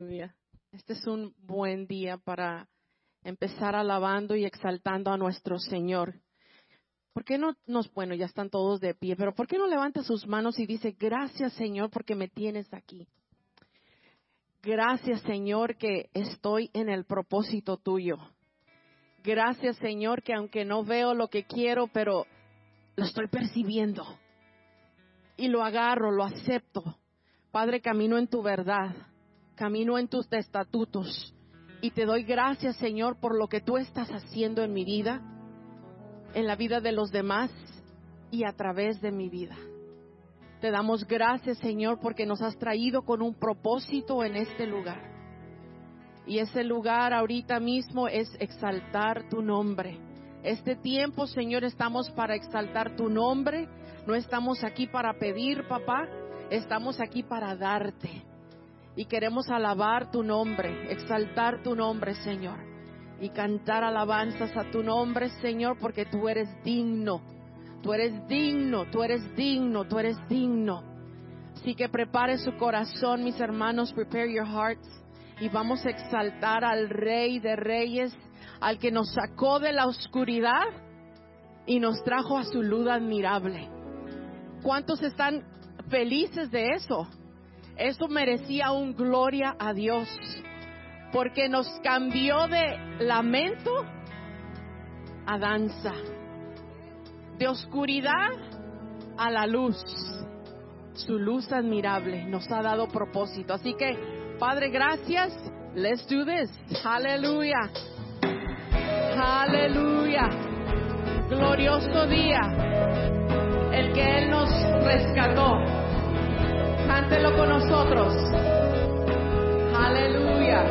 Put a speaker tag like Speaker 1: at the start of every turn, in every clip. Speaker 1: Aleluya. Este es un buen día para empezar alabando y exaltando a nuestro Señor. ¿Por qué no nos, bueno, ya están todos de pie, pero ¿por qué no levanta sus manos y dice, gracias Señor porque me tienes aquí? Gracias Señor que estoy en el propósito tuyo. Gracias Señor que aunque no veo lo que quiero, pero lo estoy percibiendo. Y lo agarro, lo acepto. Padre, camino en tu verdad, camino en tus estatutos. Y te doy gracias, Señor, por lo que tú estás haciendo en mi vida, en la vida de los demás y a través de mi vida. Te damos gracias, Señor, porque nos has traído con un propósito en este lugar. Y ese lugar ahorita mismo es exaltar tu nombre. Este tiempo, Señor, estamos para exaltar tu nombre. No estamos aquí para pedir, papá. Estamos aquí para darte. Y queremos alabar tu nombre, exaltar tu nombre, Señor. Y cantar alabanzas a tu nombre, Señor, porque tú eres digno. Tú eres digno, tú eres digno, tú eres digno. Así que prepare su corazón, mis hermanos. Prepare your hearts y vamos a exaltar al Rey de Reyes, al que nos sacó de la oscuridad y nos trajo a su luz admirable. ¿Cuántos están felices de eso? Eso merecía un gloria a Dios, porque nos cambió de lamento a danza, de oscuridad a la luz. Su luz admirable nos ha dado propósito. Así que Padre, gracias. Let's do this. Aleluya. Aleluya. Glorioso día. El que Él nos rescató. Cántelo con nosotros. Aleluya.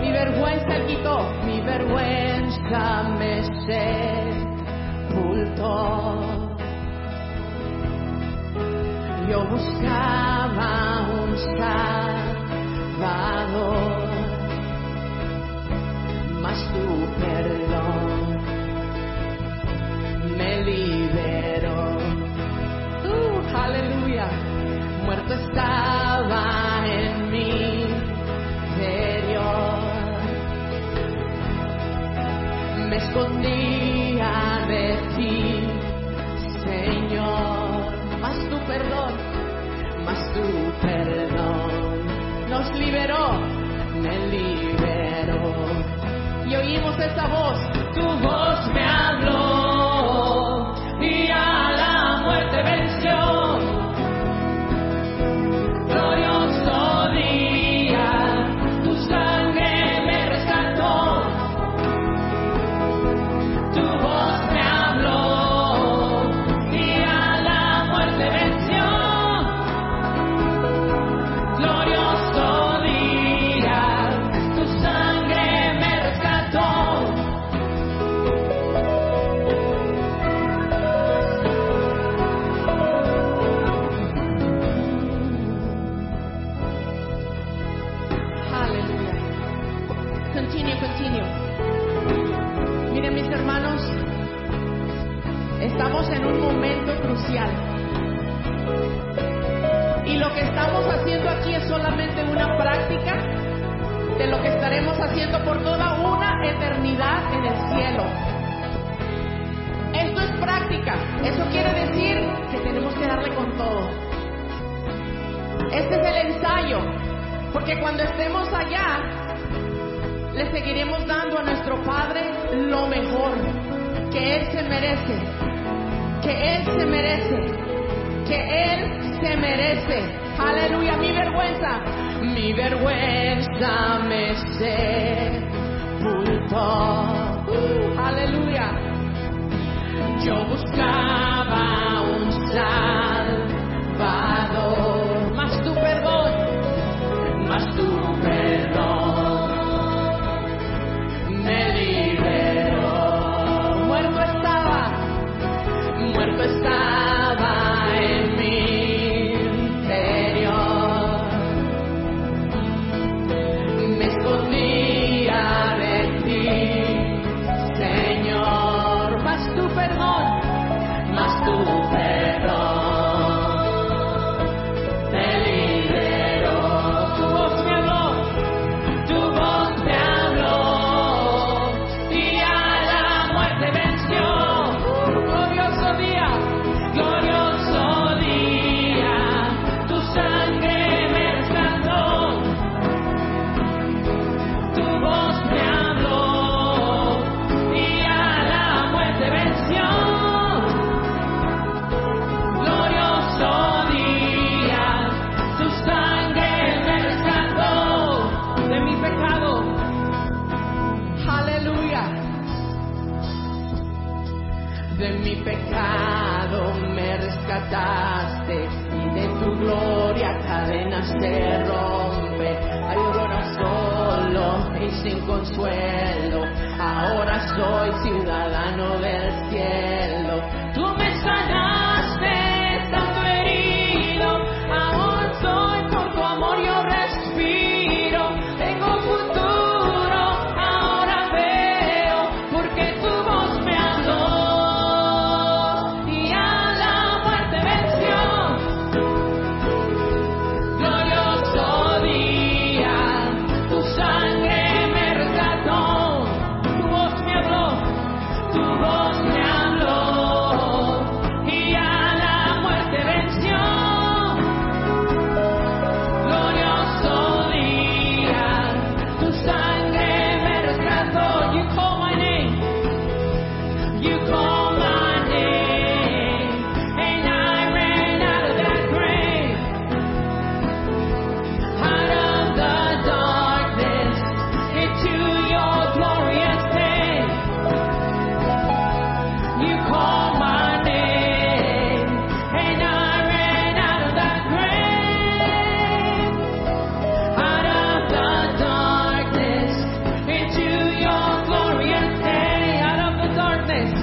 Speaker 1: Mi vergüenza Él quitó. Mi vergüenza me sepultó yo buscaba un salvador, mas tu perdón me liberó. Uh, aleluya, muerto estaba en mi interior, me escondía de ti, Señor más tu perdón, más tu perdón nos liberó, me liberó. Y oímos esa voz, tu voz me habló y a la muerte venció. Glorioso día, tu sangre me rescató. Tu voz me habló. Y a la muerte venció, glorioso día, tu sangre me rescató. Aleluya. Continue, continue. Miren mis hermanos, Estamos en un momento crucial. Y lo que estamos haciendo aquí es solamente una práctica de lo que estaremos haciendo por toda una eternidad en el cielo. Esto es práctica. Eso quiere decir que tenemos que darle con todo. Este es el ensayo. Porque cuando estemos allá, le seguiremos dando a nuestro Padre lo mejor que Él se merece, que Él se merece, que Él se merece. Aleluya, mi vergüenza, mi vergüenza me sepultó. Uh, aleluya, yo buscaba un salvador, más tu perdón, más tu perdón me liberó. Muerto estaba, muerto estaba en mi interior. Me escondía de ti, Señor, más tu perdón, más tu perdón. consuelo. Ahora soy ciudadano del cielo. Tú me sanaste tanto herido. Aún soy por tu amor yo respiro. Tengo futuro. Ahora veo porque tu voz me habló y a la muerte venció. Glorioso día, tu sangre me rescató, tu voz me habló, tu voz me habló y a la muerte venció. Glorioso día, tu sangre me rescató, you call my name. You call my name, and I ran out of that grave. Out of the darkness into your glorious day. You call my name, and I ran out of that grave. Out of the darkness into your glorious day. Out of the darkness,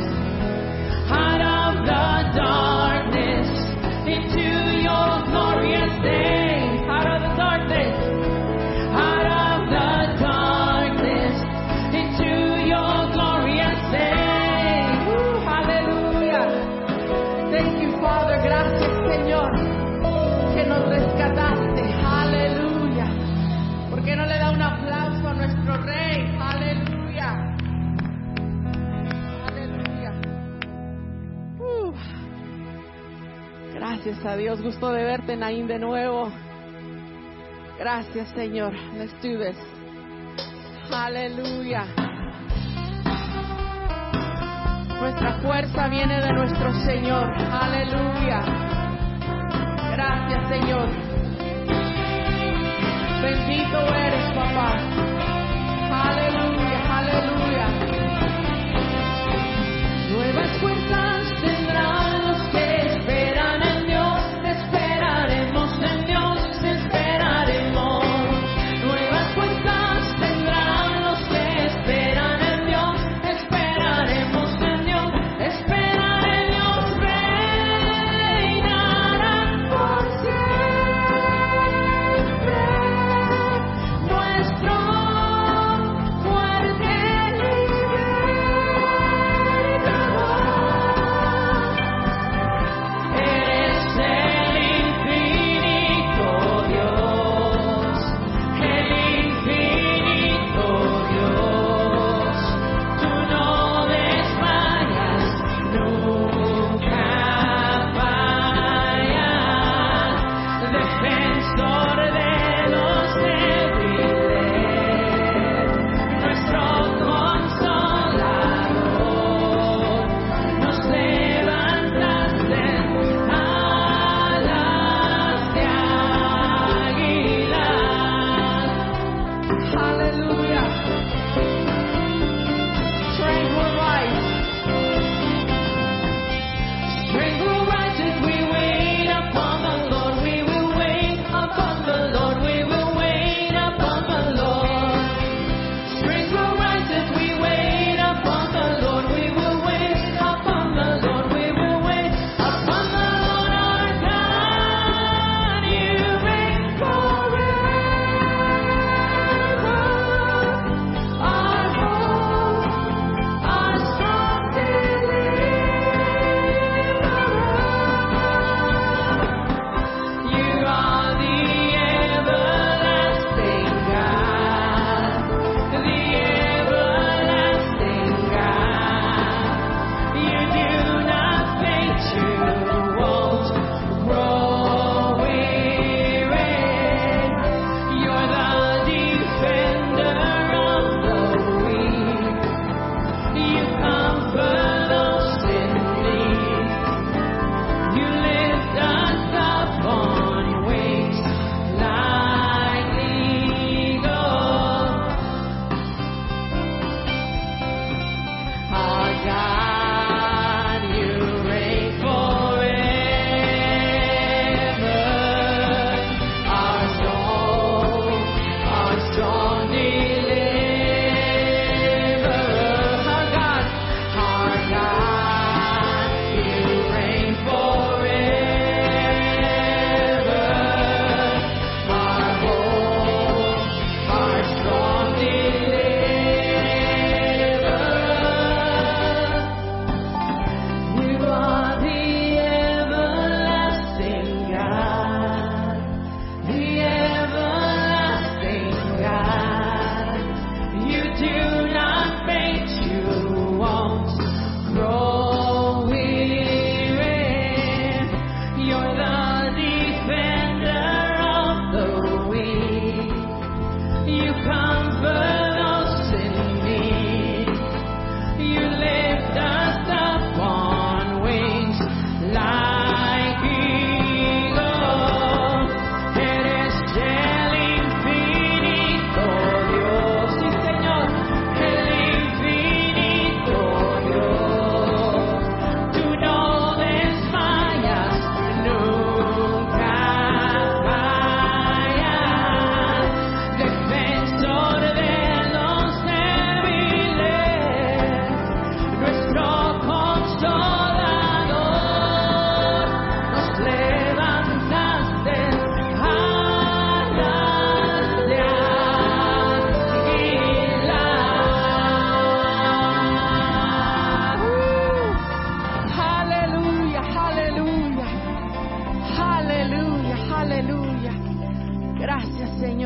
Speaker 1: out of the darkness into your glorious day. Out of the darkness. Out of the darkness into your glorious day. Woo, Hallelujah. Thank you, Father. Gracias, Señor, que nos rescataste. Aleluya. ¿Por qué no le da un aplauso a nuestro Rey? Aleluya. Aleluya.
Speaker 2: Uf. Gracias a Dios, gusto de verte, Naín, de nuevo. Gracias, Señor. Let's do this. Aleluya. Nuestra fuerza viene de nuestro Señor. Aleluya. Gracias, Señor. Bendito eres, papá. Aleluya, aleluya.
Speaker 1: Nuevas fuerzas tendrán los que esperan en Dios, esperaremos en Dios, esperaremos. Nuevas fuerzas tendrán los que esperan en Dios, esperaremos en Dios, esperar en Dios reinará por siempre. oh,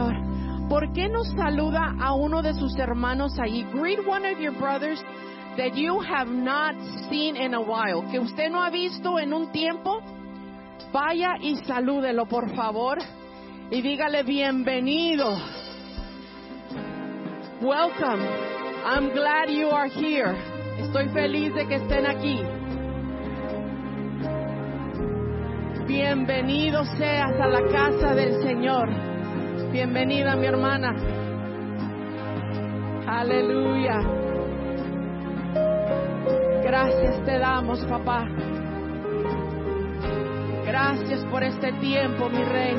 Speaker 1: Uh, ¿por qué no saluda a uno de sus hermanos allí? Greet one of your brothers that you have not seen in a while, que usted no ha visto en un tiempo. Vaya y salúdelo, por favor, y dígale bienvenido. Welcome. I'm glad you are here. Estoy feliz de que estén aquí. Bienvenido seas a la casa del Señor. Bienvenida, mi hermana. Aleluya. Gracias te damos, papá. Gracias por este tiempo, mi rey.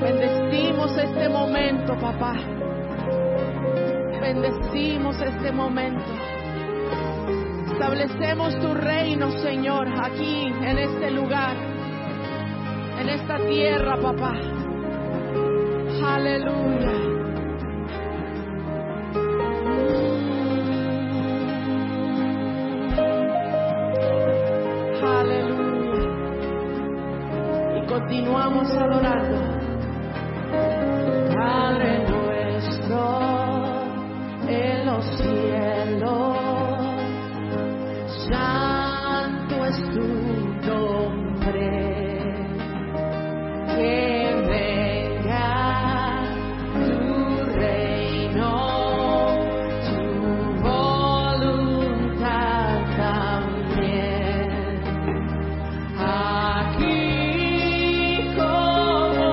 Speaker 1: Bendecimos este momento, papá. Bendecimos este momento. Establecemos tu reino, Señor, aquí, en este lugar, en esta tierra, papá. Aleluya. Aleluya. Y continuamos adorando. Padre nuestro en los cielos, santo es tu nombre que venga tu reino, tu voluntad también. Aquí como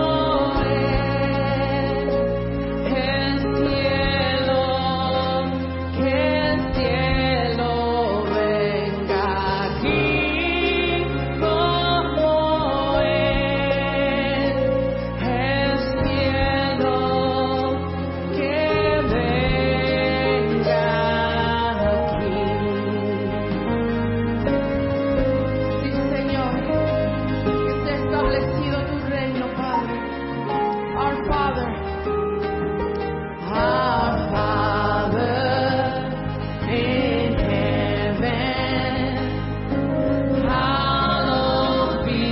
Speaker 1: es, el cielo, que el cielo venga aquí como es, el cielo, que venga aquí. Sí, Señor, que esté establecido tu reino, Padre. Our Father. Our Father in heaven, hallowed be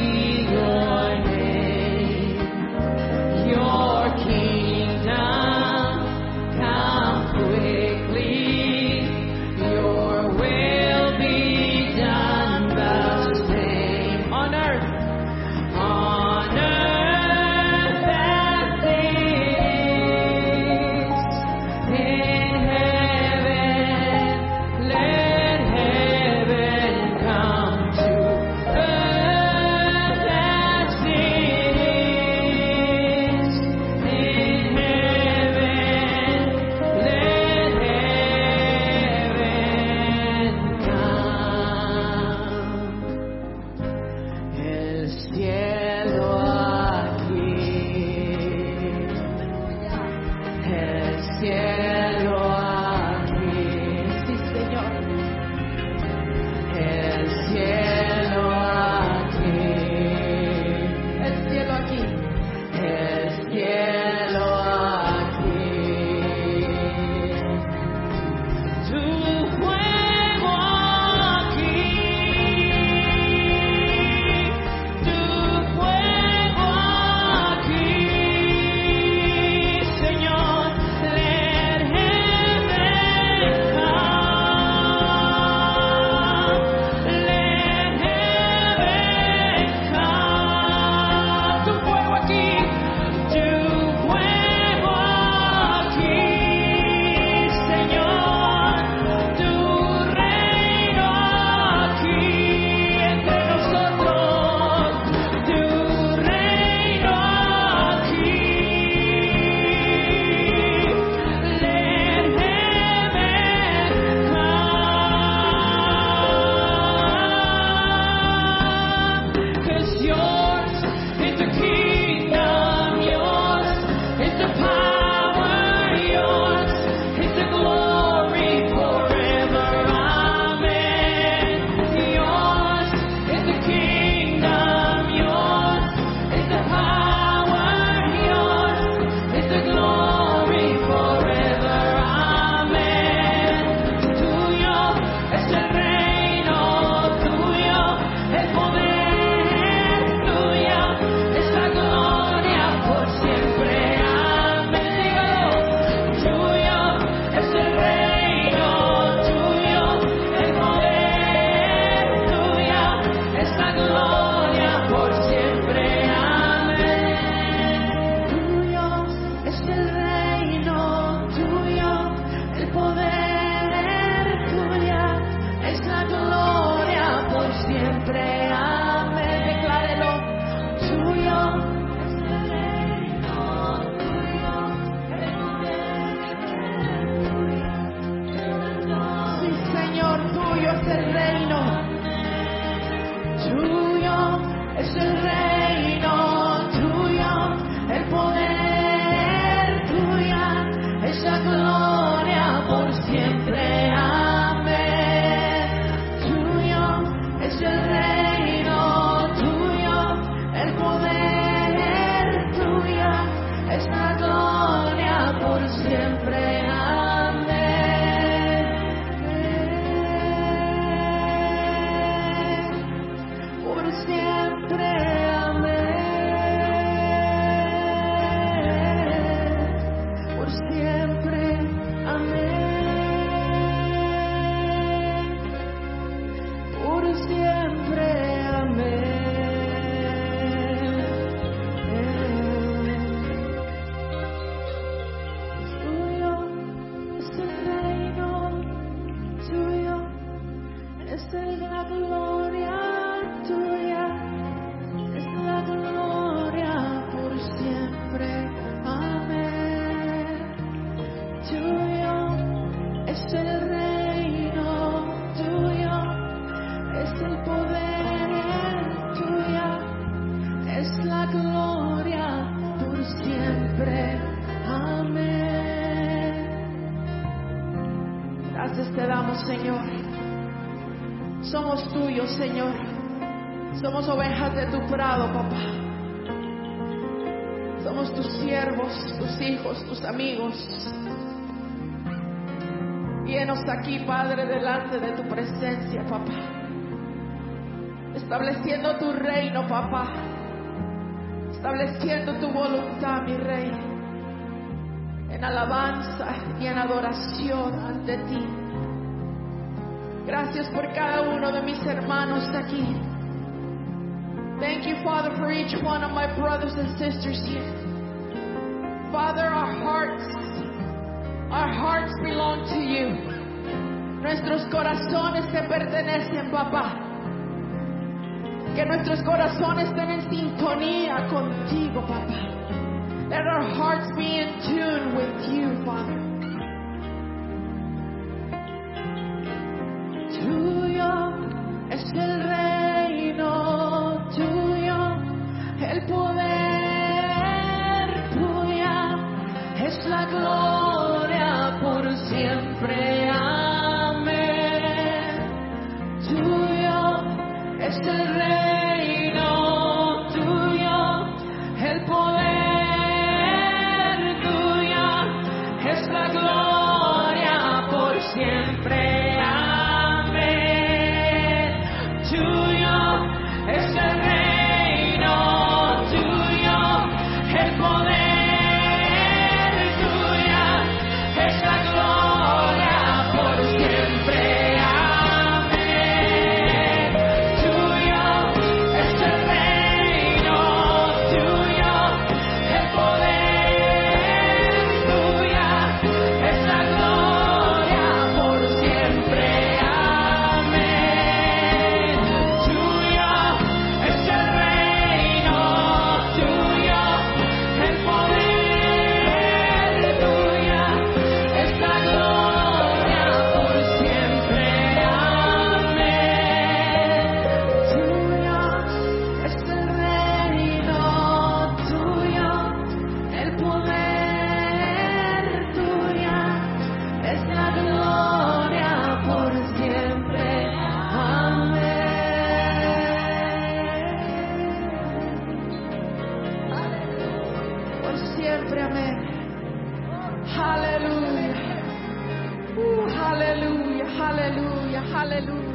Speaker 1: your name. Your kingdom come quickly. Your will be done the same on earth, on earth as it is in heaven. Let heaven come to earth as it is in heaven. Let heaven come. El cielo aquí, el cielo aquí, sí Señor, el cielo aquí, el cielo aquí, el cielo aquí. Tu fuego aquí, tu fuego aquí, Señor, le la gloria por siempre. Amén. Por siempre. Amén. Por siempre. Amén. Por siempre, amén. Tuyo es el reino, tuyo es la gloria, tuya es la gloria por siempre, amén. Tuyo es el reino, tuyo es el poder, tuya es la gloria por siempre. Amén. Gracias te damos, Señor. Somos tuyos, Señor. Somos ovejas de tu prado, papá. Somos tus siervos, tus hijos, tus amigos. Llenos aquí, Padre, delante de tu presencia, papá. Estableciendo tu reino, papá. Estableciendo tu voluntad, mi rey. En alabanza y en adoración ante ti. Gracias por cada uno de mis hermanos aquí. Thank you, Father, for each one of my brothers and sisters here. Father, our hearts, our hearts belong to you. Nuestros corazones te pertenecen, papá. Que nuestros corazones estén en sintonía contigo, papá. Let our hearts be in tune with you, Father. Tuyo es el reino, tuyo el poder, tuya es la gloria por siempre. Amén. Tuyo es el reino, tuyo el poder, tuya es la gloria por siempre. Amén. Tuyo es el reino, tuyo el poder, tuya es la gloria por siempre. Amén. Tuyo es el reino, tuyo el poder, tuya es la gloria por siempre. Amén. Tuyo es el reino, tuyo el poder, tuya es la gloria por siempre. Amén. Tuyo es el reino, tuyo el poder, tuya es la gloria por siempre. Amén. Por siempre, amén. Aleluya. Uh, aleluya, aleluya, aleluya.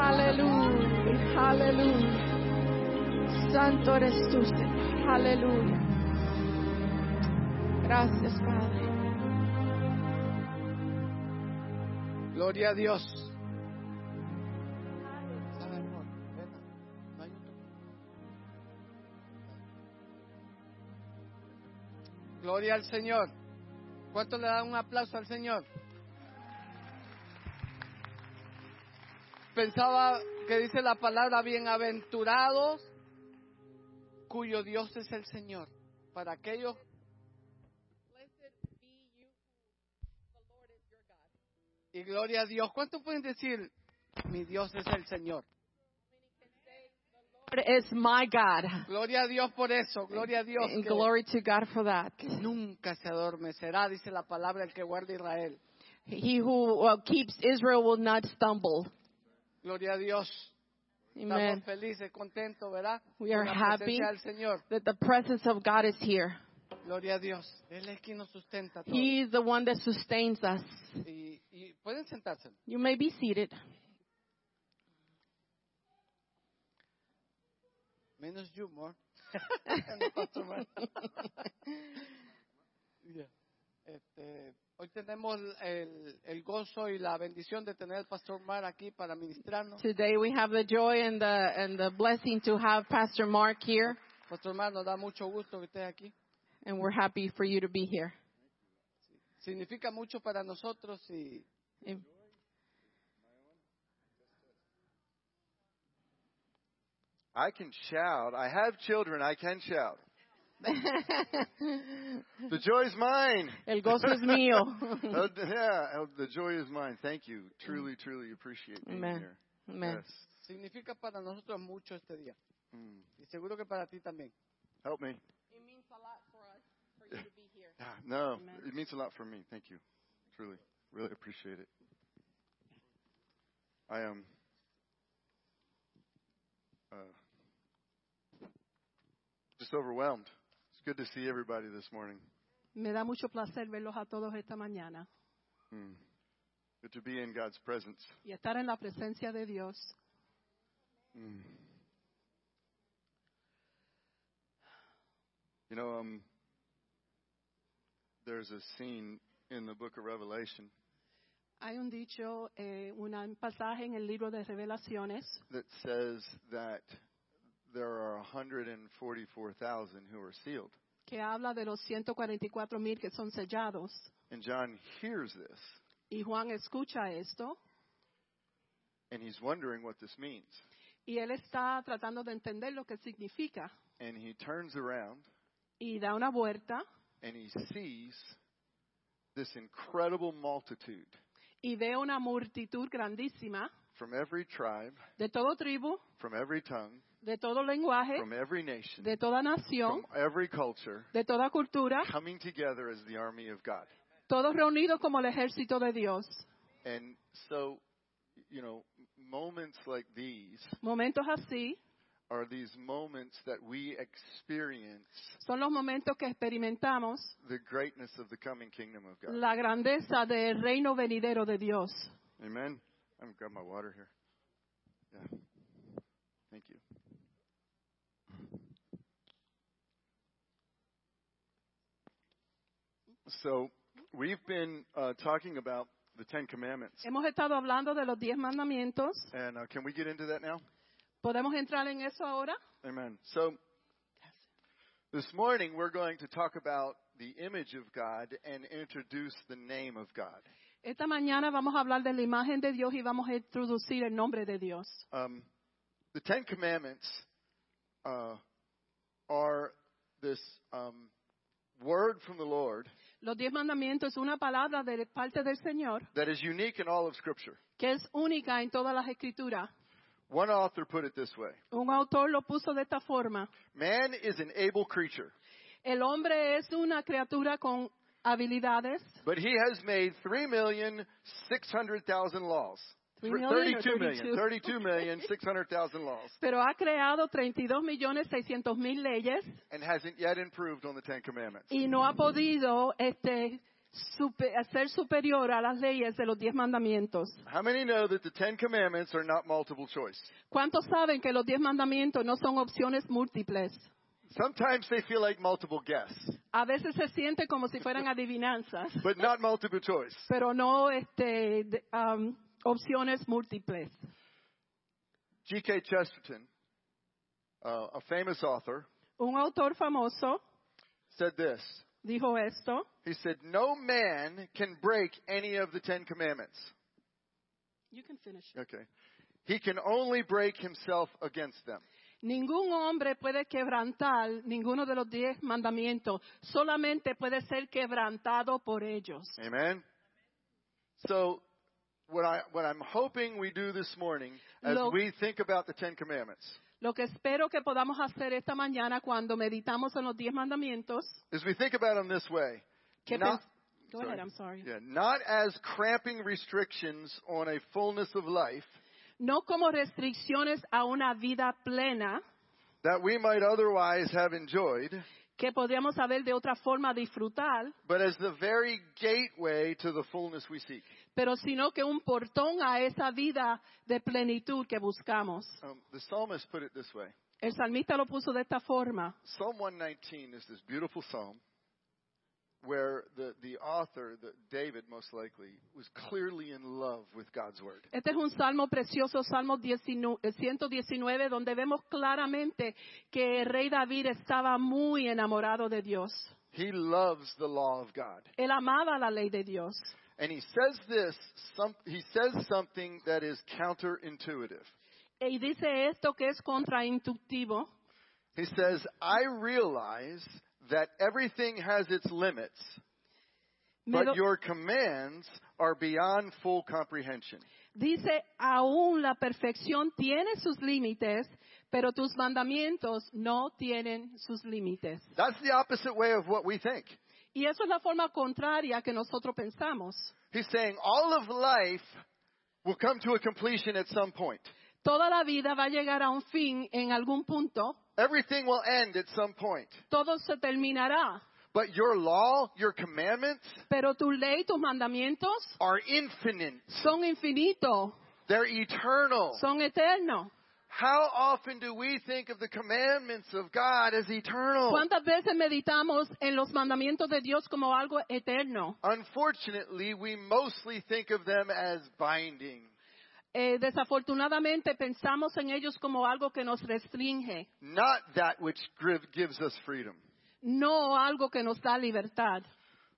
Speaker 1: Aleluya, aleluya. Santo eres tú, Señor. Aleluya. Gracias, Padre.
Speaker 3: Gloria a Dios. Gloria al Señor. ¿Cuánto le da un aplauso al Señor? Pensaba que dice la palabra bienaventurados cuyo Dios es el Señor. Para aquellos y gloria a Dios. ¿Cuánto pueden decir mi Dios es el Señor?
Speaker 4: Lord is my God.
Speaker 3: Gloria a Dios por eso, gloria a Dios.
Speaker 4: And
Speaker 3: que
Speaker 4: glory to God for that.
Speaker 3: Nunca se adormecerá, dice la palabra el que guarda Israel.
Speaker 4: He who uh, keeps Israel will not stumble.
Speaker 3: Gloria a Dios. Estamos
Speaker 4: Amen.
Speaker 3: felices, contentos, ¿verdad?
Speaker 4: We are
Speaker 3: Con la
Speaker 4: happy
Speaker 3: presencia del Señor.
Speaker 4: that the presence of God is here.
Speaker 3: Gloria a Dios. Él es quien nos sustenta todo.
Speaker 5: He is the one that sustains us.
Speaker 3: Y, y pueden sentarse.
Speaker 5: You may be seated.
Speaker 3: Menos humor. No, pastor Mar. Ya. Este, hoy tenemos el, el gozo y la bendición de tener al pastor Mar aquí para ministrarnos.
Speaker 5: Today we have the joy and the, and the blessing to have Pastor Mark here,
Speaker 3: Pastor Mar, nos da mucho gusto que esté aquí.
Speaker 5: and we're happy for you to be here.
Speaker 3: Significa mucho para nosotros y
Speaker 5: Am-
Speaker 6: I can shout. I have children. I can shout. the joy is mine.
Speaker 5: El gozo es mío.
Speaker 6: Oh, yeah, oh, the joy is mine. Thank you. Truly, truly appreciate being
Speaker 5: Mm. Amen.
Speaker 6: here.
Speaker 5: Amen.
Speaker 6: Yes.
Speaker 3: significa para nosotros mucho este día.
Speaker 6: Mm.
Speaker 3: Y seguro que para ti también.
Speaker 6: Help me.
Speaker 5: It means a lot for us for you to be here.
Speaker 6: Ah, No,
Speaker 5: Amen.
Speaker 6: it means a lot for me. Thank you. Truly, really appreciate it. I um, am. Uh, just overwhelmed. It's good to see everybody this morning.
Speaker 1: Me da mucho placer verlos a todos esta mañana
Speaker 6: Mm. Good to be in God's presence.
Speaker 1: y estar en la presencia de Dios.
Speaker 6: Mm. You know, um, there's a scene in the book of Revelation
Speaker 1: Hay un dicho, eh, una- un pasaje en el libro de Revelaciones
Speaker 6: that says that there are 144,000 who are sealed.
Speaker 1: que habla de los 144 mil que son sellados.
Speaker 6: And John hears this
Speaker 1: Y Juan escucha esto
Speaker 6: and he's wondering what this means.
Speaker 1: y él está tratando de entender lo que significa.
Speaker 6: And he turns around
Speaker 1: Y da una vuelta
Speaker 6: and he sees this incredible multitude
Speaker 1: y ve una multitud grandísima
Speaker 6: from every tribe,
Speaker 1: de todo tribu,
Speaker 6: from every tongue,
Speaker 1: de todo lenguaje,
Speaker 6: from every nation,
Speaker 1: de toda
Speaker 6: from
Speaker 1: nación,
Speaker 6: every culture.
Speaker 1: de toda cultura,
Speaker 6: coming together as the army of God.
Speaker 1: todos reunidos como el ejército de Dios.
Speaker 6: And so, you know, moments like these
Speaker 1: Momentos así
Speaker 6: are these moments that we experience
Speaker 1: son los momentos que experimentamos
Speaker 6: the greatness of the coming kingdom of God.
Speaker 1: la grandeza del reino venidero de Dios.
Speaker 6: Amen. I'm gonna grab my water here. Yeah. Thank you. So, we've been uh, talking about the Ten Commandments.
Speaker 1: Hemos estado hablando de los diez mandamientos.
Speaker 6: And uh, can we get into that now?
Speaker 1: ¿Podemos entrar en eso ahora?
Speaker 6: Amen. So this morning we're going to talk about the image of God and introduce the name of God.
Speaker 1: Esta mañana vamos a hablar de la imagen de Dios y vamos a introducir el nombre de Dios.
Speaker 6: Um, the Ten Commandments uh, are this um, word from the Lord
Speaker 1: Los diez mandamientos es una palabra de parte del Señor
Speaker 6: that is unique in all of Scripture.
Speaker 1: que es única en todas las escrituras.
Speaker 6: One author put it this way
Speaker 1: Un autor lo puso de esta forma.
Speaker 6: Man is an able creature,
Speaker 1: El hombre es una criatura con habilidades.
Speaker 6: but he has made 3,600,000 laws.
Speaker 1: Three million or
Speaker 6: 32 million,
Speaker 1: 32?
Speaker 6: 32,600,000 laws.
Speaker 1: pero ha creado 32.600.000 leyes
Speaker 6: and hasn't yet improved on the Ten Commandments.
Speaker 1: y no ha podido este, supe- ser superior a las leyes de los diez mandamientos.
Speaker 6: How many know that the Ten Commandments are not multiple choice?
Speaker 1: ¿Cuántos saben que los diez mandamientos no son opciones múltiples?
Speaker 6: Sometimes they feel like multiple guess,
Speaker 1: A veces se siente como si fueran adivinanzas,
Speaker 6: but not multiple choice.
Speaker 1: pero no este, de- um, opciones múltiples.
Speaker 6: G.K. Chesterton, uh, a famous author,
Speaker 1: Un autor famoso
Speaker 6: said this.
Speaker 1: dijo esto,
Speaker 6: He said, No man can break any of the Ten Commandments. Okay. He can only break himself against them.
Speaker 1: ningún hombre puede quebrantar ninguno de los diez mandamientos, solamente puede ser quebrantado por ellos.
Speaker 6: Amen. So, what, I, what I'm hoping we do this morning as
Speaker 1: Lo-
Speaker 6: we think about the Ten Commandments
Speaker 1: Lo que espero que podamos hacer esta mañana cuando meditamos en los diez mandamientos,
Speaker 6: is we think about them this way.
Speaker 1: que
Speaker 6: Not-
Speaker 1: pens- Go ahead, I'm sorry.
Speaker 6: Yeah, not as cramping restrictions on a fullness of life
Speaker 1: no como restricciones a una vida plena
Speaker 6: that we might otherwise have enjoyed,
Speaker 1: que podríamos saber de otra forma disfrutar,
Speaker 6: but as the very gateway to the fullness we seek.
Speaker 1: pero sino que un portón a esa vida de plenitud que buscamos.
Speaker 6: Um, the psalmist put it this way
Speaker 1: El salmista lo puso de esta forma.
Speaker 6: Psalm 119 is this beautiful psalm where the, the author, the, David most likely, was clearly in love with God's word.
Speaker 1: Este es un salmo precioso, Salmo 19 eh, 119, donde vemos claramente que el rey David estaba muy enamorado de Dios.
Speaker 6: He loves the law of God.
Speaker 1: Él amaba la ley de Dios.
Speaker 6: And he says this, some, he says something that is counterintuitive.
Speaker 1: Y dice esto que es contraintuitivo.
Speaker 6: He says, I realize that everything has its limits,
Speaker 1: Me do-
Speaker 6: but your commands are beyond full comprehension.
Speaker 1: Dice, aún la perfección tiene sus límites, pero tus mandamientos no tienen sus límites.
Speaker 6: That's the opposite way of what we think.
Speaker 1: Y eso es la forma contraria que nosotros pensamos.
Speaker 6: He's saying all of life will come to a completion at some point.
Speaker 1: Toda la vida va a llegar a un fin en algún punto.
Speaker 6: Everything will end at some point.
Speaker 1: Todo se terminará.
Speaker 6: But your law, your commandments
Speaker 1: Pero tu ley, tus mandamientos
Speaker 6: are infinite.
Speaker 1: son infinitos,
Speaker 6: They're eternal.
Speaker 1: son eternos.
Speaker 6: How often do we think of the commandments of God as eternal?
Speaker 1: ¿Cuántas veces meditamos en los mandamientos de Dios como algo eterno?
Speaker 6: Unfortunately, we mostly think of them as binding.
Speaker 1: Eh, desafortunadamente pensamos en ellos como algo que nos restringe,
Speaker 6: Not that which gri- gives us freedom.
Speaker 1: no algo que nos da libertad.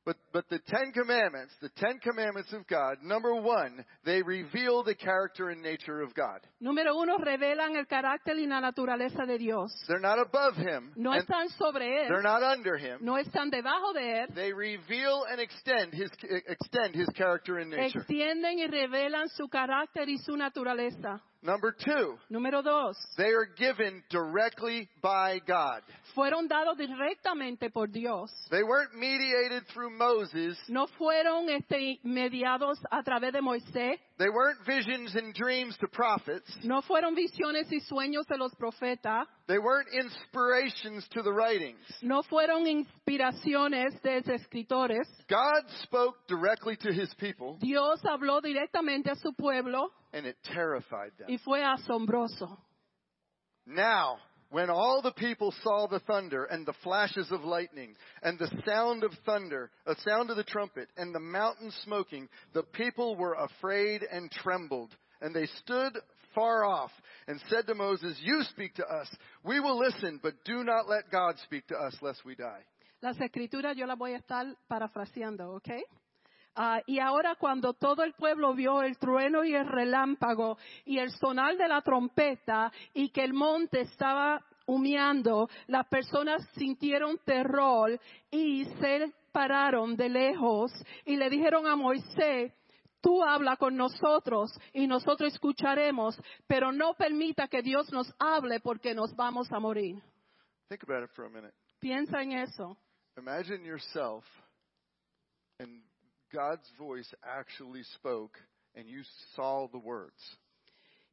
Speaker 6: But, but the Ten Commandments, the Ten Commandments of God, number one, they reveal the character and nature of God.
Speaker 1: Número uno, revelan el carácter y la naturaleza de Dios.
Speaker 6: They're not above Him.
Speaker 1: No
Speaker 6: and
Speaker 1: están sobre
Speaker 6: they're
Speaker 1: Él,
Speaker 6: not under Him.
Speaker 1: no están debajo de Él,
Speaker 6: They reveal and extend His, extend his character and nature.
Speaker 1: extienden y revelan su carácter y su naturaleza.
Speaker 6: Number two,
Speaker 1: Número dos,
Speaker 6: they are given directly by God.
Speaker 1: fueron dados directamente por Dios.
Speaker 6: They weren't mediated through Moses.
Speaker 1: No fueron este, mediados a través de Moisés,
Speaker 6: They weren't visions and dreams to prophets.
Speaker 1: no fueron visiones y sueños de los profetas,
Speaker 6: They weren't inspirations to the writings.
Speaker 1: no fueron inspiraciones de los escritores.
Speaker 6: God spoke directly to his people,
Speaker 1: Dios habló directamente a su pueblo
Speaker 6: and it terrified
Speaker 1: y
Speaker 6: them.
Speaker 1: fue asombroso.
Speaker 6: Now, when all the people saw the thunder and the flashes of lightning and the sound of thunder, the sound of the trumpet and the mountain smoking, the people were afraid and trembled. And they stood far off and said to Moses, You speak to us. We will listen, but do not let God speak to us lest we die.
Speaker 1: Las escrituras yo las voy a estar parafraseando, ¿ok? Ah, y ahora cuando todo el pueblo vio el trueno y el relámpago y el sonar de la trompeta y que el monte estaba humeando, las personas sintieron terror y se pararon de lejos y le dijeron a Moisés, Tú habla con nosotros y nosotros escucharemos, pero no permita que Dios nos hable porque nos vamos a morir.
Speaker 6: Think about it for a minute.
Speaker 1: Piensa en eso.
Speaker 6: Imagine yourself and God's voice actually spoke and you saw the words.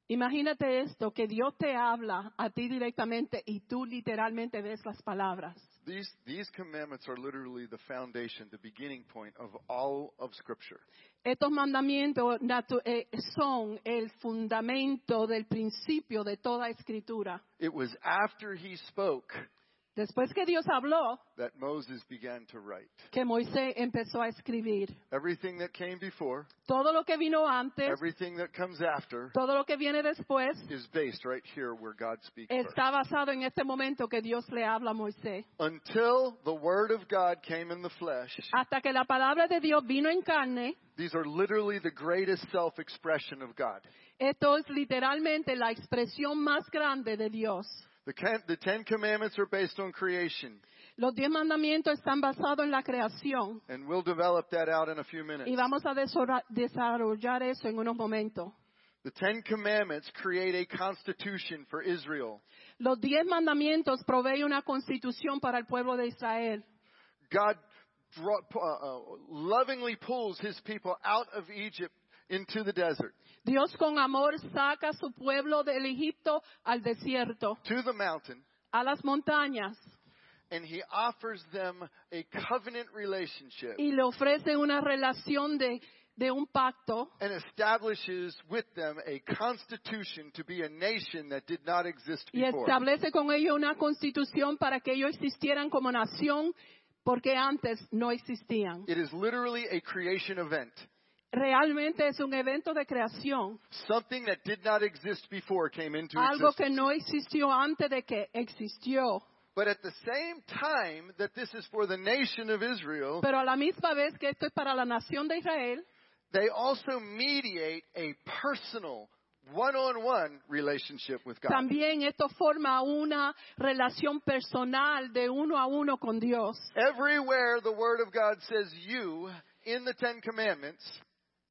Speaker 1: Imagínate esto, que Dios te habla a ti directamente y tú literalmente ves las palabras.
Speaker 6: These, these commandments are literally the foundation, the beginning point of all of Scripture.
Speaker 1: Estos mandamientos natu- eh, son el fundamento del principio de toda escritura.
Speaker 6: It was after he spoke
Speaker 1: Después que Dios habló,
Speaker 6: that Moses began to write.
Speaker 1: que Moisés empezó a escribir.
Speaker 6: Everything that came before,
Speaker 1: Todo lo que vino antes,
Speaker 6: everything that comes after,
Speaker 1: todo lo que viene después,
Speaker 6: is based right here where God speaks. first.
Speaker 1: está basado en este momento que Dios le habla a Moisés.
Speaker 6: Until the Word of God came in the flesh,
Speaker 1: Hasta que la palabra de Dios vino en carne,
Speaker 6: these are literally the greatest self expression of God.
Speaker 1: esto es literalmente la expresión más grande de Dios.
Speaker 6: The, can- the Ten Commandments are based on creation,
Speaker 1: Los diez mandamientos están basados en la creación
Speaker 6: and we'll develop that out in a few minutes.
Speaker 1: y vamos a desora- desarrollar eso en unos momentos.
Speaker 6: The Ten Commandments create a constitution for Israel.
Speaker 1: Los diez mandamientos proveen una constitución para el pueblo de Israel.
Speaker 6: God draw, uh, uh, lovingly pulls his people out of Egypt into the desert,
Speaker 1: Dios con amor saca a su pueblo del Egipto al desierto,
Speaker 6: to the mountain,
Speaker 1: a las montañas,
Speaker 6: and he offers them a covenant relationship
Speaker 1: y le ofrece una relación de, de un pacto
Speaker 6: and establishes with them a constitution to be a nation that did not exist
Speaker 1: y
Speaker 6: before.
Speaker 1: establece con ellos una constitución para que ellos existieran como nación porque antes no existían.
Speaker 6: It is literally a creation event.
Speaker 1: Realmente es un evento de creación,
Speaker 6: Something that did not exist before came into
Speaker 1: algo
Speaker 6: existence.
Speaker 1: que no existió antes de que existió.
Speaker 6: But at the same time that this is for the nation of Israel,
Speaker 1: Pero a la misma vez que esto es para la nación de Israel,
Speaker 6: they also mediate a personal one-on-one relationship with God.
Speaker 1: también esto forma una relación personal de uno a uno con Dios.
Speaker 6: Everywhere the Word of God says you in the Ten Commandments,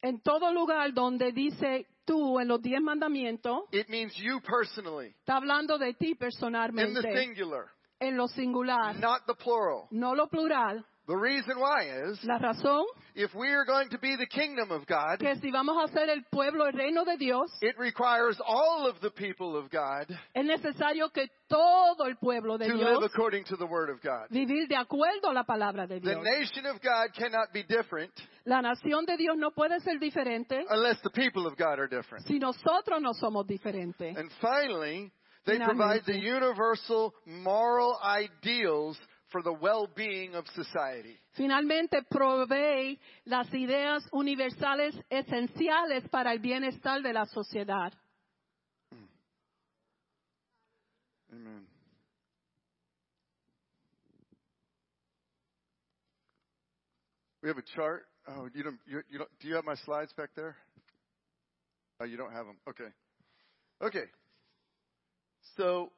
Speaker 1: En todo lugar donde dice tú en los diez mandamientos,
Speaker 6: it means you personally,
Speaker 1: está hablando de ti
Speaker 6: in the
Speaker 1: personalmente,
Speaker 6: singular,
Speaker 1: en lo singular,
Speaker 6: not the plural.
Speaker 1: no lo plural.
Speaker 6: The reason why is,
Speaker 1: La razón
Speaker 6: if we are going to be the kingdom of God,
Speaker 1: que si vamos a ser el pueblo, el reino de Dios,
Speaker 6: it requires all of the people of God
Speaker 1: es necesario que todo el pueblo de
Speaker 6: to live
Speaker 1: Dios
Speaker 6: according to the Word of God.
Speaker 1: vivir de acuerdo a la palabra de
Speaker 6: The
Speaker 1: Dios.
Speaker 6: nation of God cannot be different
Speaker 1: La nación de Dios no puede ser diferente
Speaker 6: unless the people of God are different.
Speaker 1: si nosotros no somos diferentes.
Speaker 6: And finally, they
Speaker 1: Finalmente.
Speaker 6: provide the universal moral ideals for the well-being of society.
Speaker 1: Finalmente, provee las ideas universales esenciales para el bienestar de la sociedad.
Speaker 6: Amen. We have a chart. Oh, you don't, you, you don't, do you have my slides back there? Oh, you don't have them. Okay. Okay. So,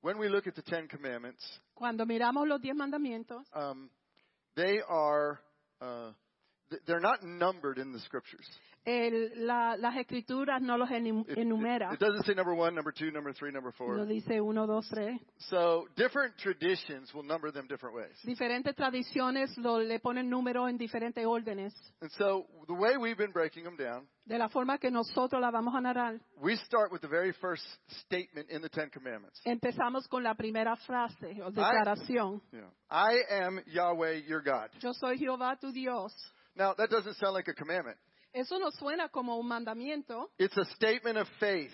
Speaker 6: when we look at the Ten Commandments,
Speaker 1: Cuando miramos los diez mandamientos,
Speaker 6: um, they are, uh, th- they're not numbered in the scriptures.
Speaker 1: el- la- las escrituras no los enu-
Speaker 6: It,
Speaker 1: enumera.
Speaker 6: it, it doesn't say number one, number two, number three, number
Speaker 1: No
Speaker 6: four.
Speaker 1: dice uno, dos, tres.
Speaker 6: So, different traditions will number them different ways.
Speaker 1: Diferentes tradiciones lo- le ponen números en diferentes órdenes.
Speaker 6: And so the way we've been breaking them down,
Speaker 1: De la forma que nosotros la vamos a narrar,
Speaker 6: we start with the very first statement in the Ten Commandments.
Speaker 1: empezamos con la primera frase o declaración.
Speaker 6: You know, I am Yahweh your God.
Speaker 1: Yo soy Jehová tu Dios.
Speaker 6: Now that doesn't sound like a commandment.
Speaker 1: Eso no suena como un mandamiento,
Speaker 6: It's a statement of faith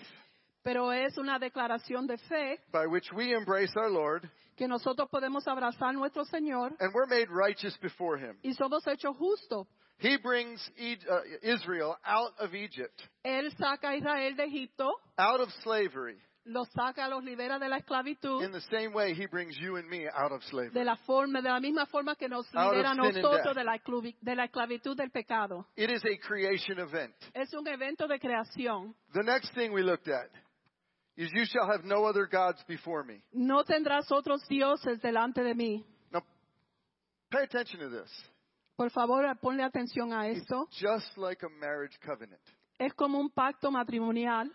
Speaker 1: pero es una declaración de fe
Speaker 6: by which we embrace our Lord
Speaker 1: que nosotros podemos abrazar a nuestro Señor
Speaker 6: and we're made righteous before Him.
Speaker 1: y somos hechos justos.
Speaker 6: He brings e- uh, Israel out of Egypt,
Speaker 1: Él saca a Israel de Egipto,
Speaker 6: out of slavery,
Speaker 1: los saca, los libera de la
Speaker 6: in
Speaker 1: esclavitud,
Speaker 6: the same way He brings you and me out of slavery.
Speaker 1: de la forma, de la misma forma que nos
Speaker 6: Out of
Speaker 1: libera a
Speaker 6: sin and death.
Speaker 1: nosotros de la, esclavi- de la esclavitud del pecado.
Speaker 6: It is a creation event.
Speaker 1: Es un evento de creación.
Speaker 6: The next thing we looked at is, You shall have no other gods before me.
Speaker 1: No tendrás otros dioses delante de mí.
Speaker 6: Now, pay attention to this.
Speaker 1: Por favor, ponle atención a
Speaker 6: It's
Speaker 1: esto.
Speaker 6: just like a marriage covenant.
Speaker 1: Es como un pacto matrimonial.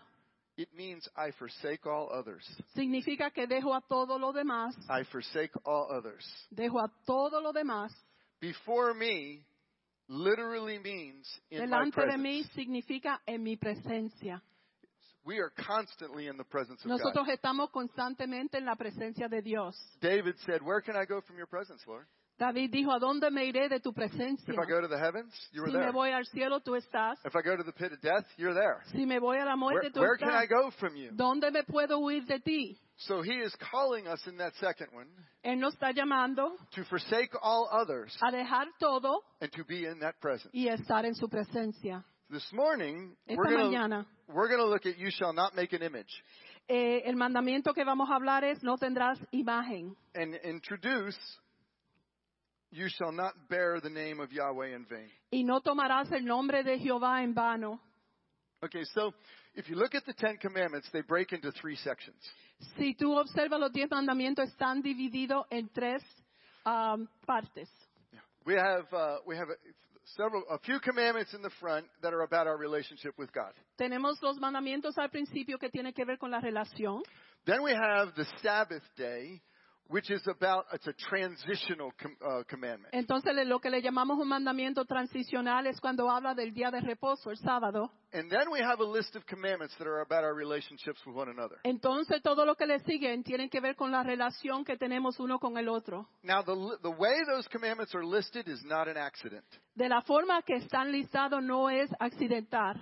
Speaker 6: It means I forsake all others.
Speaker 1: Significa que dejo a todo lo demás,
Speaker 6: I forsake all others.
Speaker 1: dejo a todo lo demás.
Speaker 6: Before me literally means in my
Speaker 1: Delante de mí
Speaker 6: presence.
Speaker 1: significa en mi presencia.
Speaker 6: We are constantly in the presence of
Speaker 1: Nosotros
Speaker 6: God.
Speaker 1: estamos constantemente en la presencia de Dios.
Speaker 6: David said, Where can I go from your presence, Lord?
Speaker 1: David dijo, ¿a dónde me iré de tu presencia?
Speaker 6: If I go to the heavens, you are
Speaker 1: Si me
Speaker 6: there.
Speaker 1: voy al cielo, tú estás.
Speaker 6: If I go to the pit of death, you're there.
Speaker 1: Si me voy a la
Speaker 6: Where,
Speaker 1: muerte, tú
Speaker 6: where can I
Speaker 1: estás.
Speaker 6: go from you?
Speaker 1: ¿Dónde me puedo huir de ti?
Speaker 6: So he is calling us in that second one
Speaker 1: Él nos está llamando
Speaker 6: to forsake all others
Speaker 1: a dejar todo
Speaker 6: and to be in that presence.
Speaker 1: y estar en su presencia.
Speaker 6: This morning,
Speaker 1: Esta
Speaker 6: we're going
Speaker 1: mañana,
Speaker 6: we're gonna look at You Shall Not Make an Image
Speaker 1: eh, el mandamiento que vamos a hablar es no tendrás imagen.
Speaker 6: and introduce You Shall Not Bear the Name of Yahweh in Vain.
Speaker 1: Y no tomarás el nombre de Jehová en vano.
Speaker 6: Okay, so if you look at the Ten Commandments, they break into three sections.
Speaker 1: Si tú observas los diez mandamientos, están divididos en tres um, partes.
Speaker 6: We have, uh, we have a, several, a few commandments in the front that are about our relationship with God.
Speaker 1: Tenemos los mandamientos al principio que tienen que ver con la relación.
Speaker 6: Then we have the Sabbath day, which is about, it's a transitional com, uh, commandment.
Speaker 1: Entonces le- lo que le llamamos un mandamiento transicional es cuando habla del día de reposo, el sábado.
Speaker 6: And then we have a list of commandments that are about our relationships with one another.
Speaker 1: Entonces todo lo que le siguen tiene que ver con la relación que tenemos uno con el otro.
Speaker 6: Now, the, li- the way those commandments are listed is not an accident.
Speaker 1: De la forma que están listados no es accidental.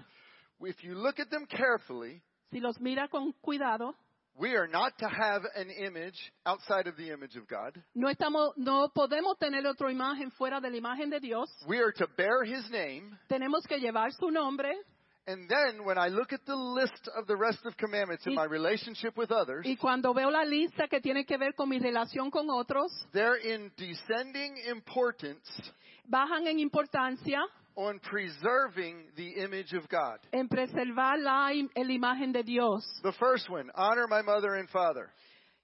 Speaker 6: If you look at them carefully,
Speaker 1: Si los mira con cuidado,
Speaker 6: we are not to have an image outside of the image of God.
Speaker 1: no, estamos, no podemos tener otra imagen fuera de la imagen de Dios.
Speaker 6: We are to bear his name.
Speaker 1: Tenemos que llevar su nombre.
Speaker 6: And then when I look at the list of the rest of commandments in my relationship with others,
Speaker 1: Y cuando veo la lista que tiene que ver con mi relación con otros,
Speaker 6: they're in descending importance
Speaker 1: bajan en importancia
Speaker 6: on preserving the image of God.
Speaker 1: en preservar la, im- la imagen de Dios.
Speaker 6: The first one, honor my mother and father.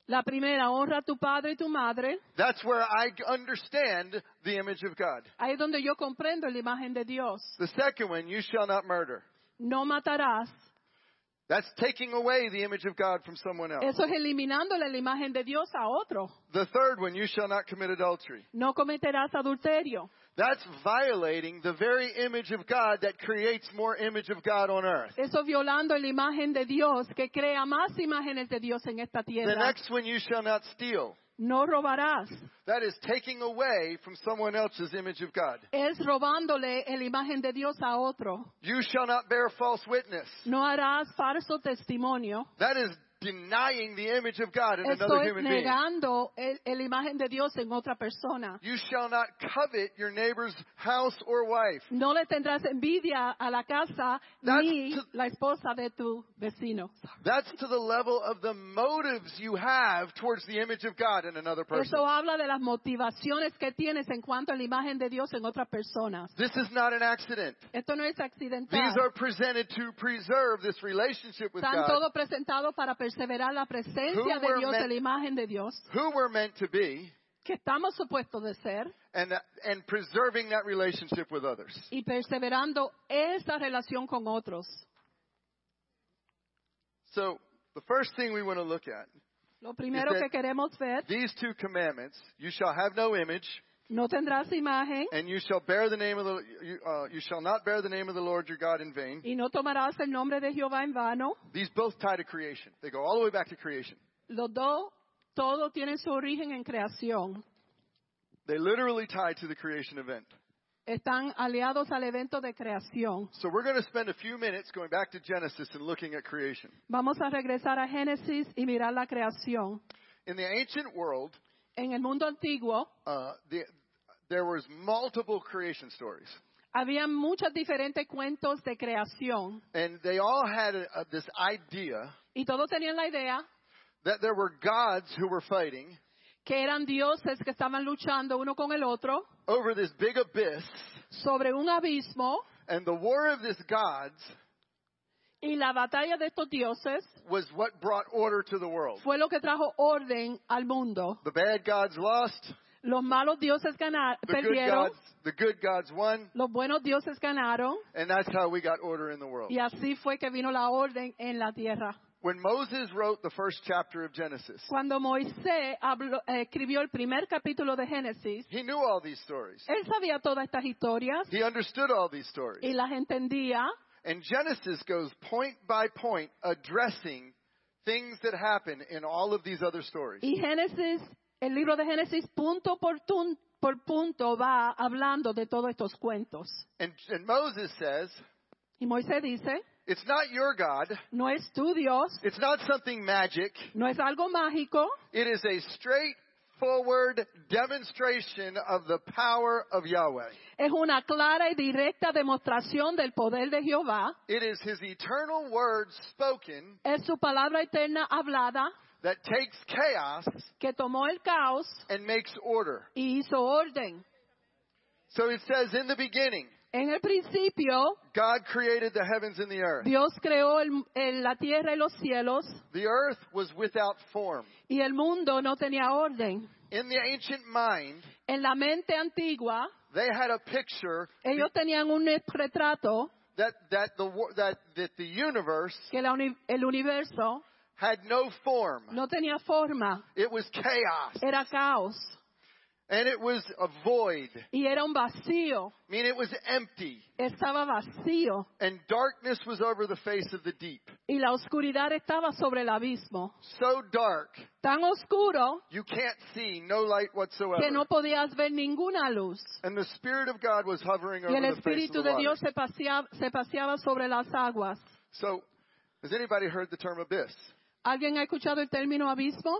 Speaker 1: La primera, honra a tu padre y tu madre.
Speaker 6: That's where I understand the image of God.
Speaker 1: Ahí es donde yo comprendo la imagen de Dios.
Speaker 6: The second one, you shall not murder.
Speaker 1: No matarás.
Speaker 6: That's taking away the image of God from someone else.
Speaker 1: Eso es eliminándole la imagen de Dios a otro.
Speaker 6: The third one, you shall not commit adultery.
Speaker 1: No cometerás adulterio.
Speaker 6: That's violating the very image of God that creates more image of God on earth.
Speaker 1: Eso es violando la imagen de Dios, que crea más imágenes de Dios en esta
Speaker 6: The
Speaker 1: tierra.
Speaker 6: next one, you shall not steal.
Speaker 1: No robarás.
Speaker 6: That is taking away from someone else's image of God.
Speaker 1: Es robándole la imagen de Dios a otro.
Speaker 6: You shall not bear false witness.
Speaker 1: No harás falso testimonio.
Speaker 6: That is denying the image of God in
Speaker 1: Esto
Speaker 6: another
Speaker 1: es
Speaker 6: human being.
Speaker 1: negando el- el- la imagen de Dios en otra persona.
Speaker 6: You shall not covet your neighbor's house or wife.
Speaker 1: No le tendrás envidia a la casa
Speaker 6: That's
Speaker 1: ni
Speaker 6: to-
Speaker 1: la esposa de tu vecino.
Speaker 6: That's to the level of the motives you have towards the image of God in another person.
Speaker 1: Eso habla de las motivaciones que tienes en cuanto a la imagen de Dios en otras personas.
Speaker 6: This is not an accident.
Speaker 1: Esto no es
Speaker 6: These
Speaker 1: accidental.
Speaker 6: are presented to preserve this relationship with
Speaker 1: Están
Speaker 6: God,
Speaker 1: todos presentados para perseverar la presencia
Speaker 6: Who
Speaker 1: de
Speaker 6: were
Speaker 1: Dios,
Speaker 6: meant-
Speaker 1: de la imagen de Dios,
Speaker 6: who we're meant to be,
Speaker 1: que estamos supuestos de ser,
Speaker 6: and, and preserving that relationship with others.
Speaker 1: y perseverando esa relación con otros.
Speaker 6: So, the first thing we want to look at
Speaker 1: Lo primero
Speaker 6: that-
Speaker 1: que queremos ver,
Speaker 6: these two commandments you shall have no image
Speaker 1: no tendrás imagen
Speaker 6: and you shall bear the name of the you, uh, you shall not bear the name of the lord your god in vain
Speaker 1: y no tomarás el nombre de Jehová en vano.
Speaker 6: these both tie to creation they go all the way back to creation
Speaker 1: Los dos, todo tiene su origen en creación.
Speaker 6: they literally tie to the creation event
Speaker 1: Están aliados al evento de creación.
Speaker 6: so we're going to spend a few minutes going back to genesis and looking at creation
Speaker 1: Vamos a regresar a Génesis y mirar la creación.
Speaker 6: in the ancient world
Speaker 1: En el mundo antiguo
Speaker 6: uh, the, there was multiple creation stories
Speaker 1: había muchos diferentes cuentos de creación
Speaker 6: and they all had a, a, this idea
Speaker 1: y todos tenían la idea
Speaker 6: that there were gods who were fighting
Speaker 1: que eran dioses que estaban luchando uno con el otro
Speaker 6: over this big abyss
Speaker 1: sobre un abismo
Speaker 6: and the war of this gods
Speaker 1: y la batalla de estos dioses
Speaker 6: was what brought order to the world.
Speaker 1: fue lo que trajo orden al mundo.
Speaker 6: The bad gods lost.
Speaker 1: Los malos dioses ganar-
Speaker 6: The good
Speaker 1: perdieron,
Speaker 6: gods, the good gods won,
Speaker 1: los buenos dioses ganaron
Speaker 6: and that's how we got order in the world.
Speaker 1: y así fue que vino la orden en la tierra.
Speaker 6: When Moses wrote the first chapter of Genesis,
Speaker 1: Cuando Moisés habló- eh, escribió el primer capítulo de Génesis,
Speaker 6: he knew all these stories.
Speaker 1: él sabía todas estas historias
Speaker 6: He understood all these
Speaker 1: y
Speaker 6: stories.
Speaker 1: las entendía.
Speaker 6: And Genesis goes point by point addressing things that happen in all of these other stories.
Speaker 1: Y Génesis, el libro de Génesis, punto por, tun- por punto va hablando de todos estos cuentos.
Speaker 6: And, and Moses says,
Speaker 1: Y Moisés dice,
Speaker 6: it's not your God.
Speaker 1: no es tu Dios,
Speaker 6: It's not something magic.
Speaker 1: no es algo mágico,
Speaker 6: It is a straightforward demonstration of the power of Yahweh.
Speaker 1: es una clara y directa demostración del poder de Jehová,
Speaker 6: It is his eternal word spoken
Speaker 1: es su palabra eterna hablada
Speaker 6: that takes chaos
Speaker 1: que tomó el caos
Speaker 6: and makes order.
Speaker 1: y hizo orden.
Speaker 6: So it says, in the beginning,
Speaker 1: En el principio,
Speaker 6: God created the heavens and the earth.
Speaker 1: Dios creó el- el- la tierra y los cielos
Speaker 6: The earth was without form.
Speaker 1: y el mundo no tenía orden.
Speaker 6: In the ancient mind,
Speaker 1: En la mente antigua,
Speaker 6: they had a picture
Speaker 1: ellos tenían un retrato
Speaker 6: that, that, the, wor- that, that the universe
Speaker 1: que la uni- el universo
Speaker 6: had no form.
Speaker 1: No tenía forma.
Speaker 6: It was chaos.
Speaker 1: Era caos.
Speaker 6: And it was a void.
Speaker 1: Y era un vacío.
Speaker 6: I mean, it was empty.
Speaker 1: Estaba vacío.
Speaker 6: And darkness was over the face of the deep.
Speaker 1: Y la oscuridad estaba sobre el abismo.
Speaker 6: So dark,
Speaker 1: Tan oscuro
Speaker 6: you can't see, no light whatsoever.
Speaker 1: que no podías ver ninguna luz.
Speaker 6: And the Spirit of God was hovering
Speaker 1: Y
Speaker 6: over
Speaker 1: el
Speaker 6: the face of the
Speaker 1: Espíritu de
Speaker 6: water.
Speaker 1: Dios se paseaba, se paseaba sobre las aguas.
Speaker 6: So, has anybody heard the term abyss?
Speaker 1: ¿Alguien ha escuchado el término abismo?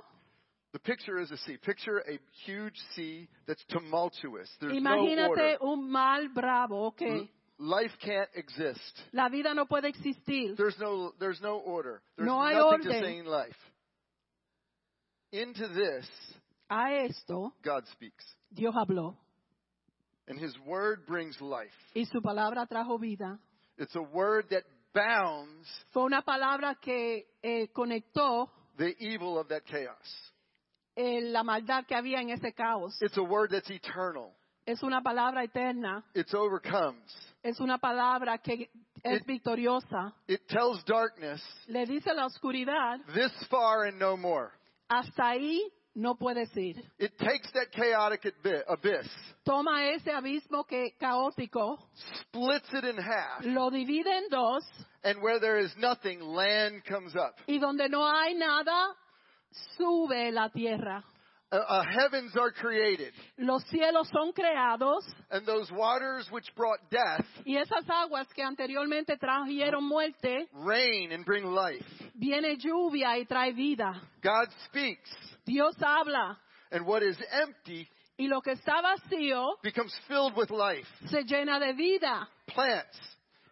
Speaker 6: The picture is a sea. Picture a huge sea that's tumultuous. There's no Mm-hmm. water.
Speaker 1: Imagínate un mal bravo, ok.
Speaker 6: L- Life can't exist.
Speaker 1: La vida no puede existir.
Speaker 6: There's no, there's no order. There's
Speaker 1: No hay
Speaker 6: nothing
Speaker 1: orden.
Speaker 6: to sustain life. Into this,
Speaker 1: A esto
Speaker 6: God speaks.
Speaker 1: Dios habló
Speaker 6: And His word brings life.
Speaker 1: y su palabra trajo vida.
Speaker 6: It's a word that bounds
Speaker 1: Fue una palabra que eh, conectó
Speaker 6: the evil of that chaos.
Speaker 1: eh, la maldad que había en ese caos.
Speaker 6: It's a word that's eternal.
Speaker 1: Es una palabra eterna,
Speaker 6: It's overcomes.
Speaker 1: es una palabra que es
Speaker 6: It-
Speaker 1: victoriosa.
Speaker 6: It tells darkness,
Speaker 1: Le dice a la oscuridad,
Speaker 6: this far and no more.
Speaker 1: hasta ahí no puedes ir.
Speaker 6: It takes that chaotic abi- abyss,
Speaker 1: Toma ese abismo que caótico,
Speaker 6: splits it in half,
Speaker 1: lo divide en dos
Speaker 6: and where there is nothing, land comes up.
Speaker 1: y donde no hay nada, sube la tierra.
Speaker 6: Uh, uh, heavens are created,
Speaker 1: Los cielos son creados
Speaker 6: and those waters which brought death
Speaker 1: y esas aguas que anteriormente trajeron muerte,
Speaker 6: rain and bring life.
Speaker 1: viene lluvia y trae vida.
Speaker 6: God speaks,
Speaker 1: Dios habla
Speaker 6: and what is empty
Speaker 1: y lo que está vacío
Speaker 6: becomes filled with life.
Speaker 1: se llena de vida.
Speaker 6: Plants,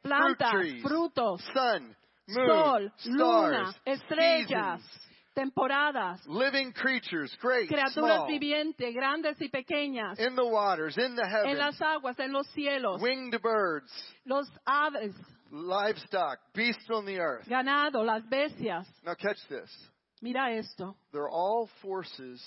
Speaker 1: Plantas,
Speaker 6: fruit trees,
Speaker 1: frutos,
Speaker 6: sun, moon,
Speaker 1: sol, luna,
Speaker 6: stars,
Speaker 1: estrellas,
Speaker 6: seasons,
Speaker 1: temporadas,
Speaker 6: living creatures, great,
Speaker 1: criaturas
Speaker 6: small,
Speaker 1: vivientes, grandes y pequeñas,
Speaker 6: in the waters, in the
Speaker 1: en
Speaker 6: heavens,
Speaker 1: las aguas, en los cielos,
Speaker 6: winged birds,
Speaker 1: los aves,
Speaker 6: livestock, beasts on the earth.
Speaker 1: ganado, las bestias.
Speaker 6: Now catch this.
Speaker 1: Mira esto.
Speaker 6: They're all forces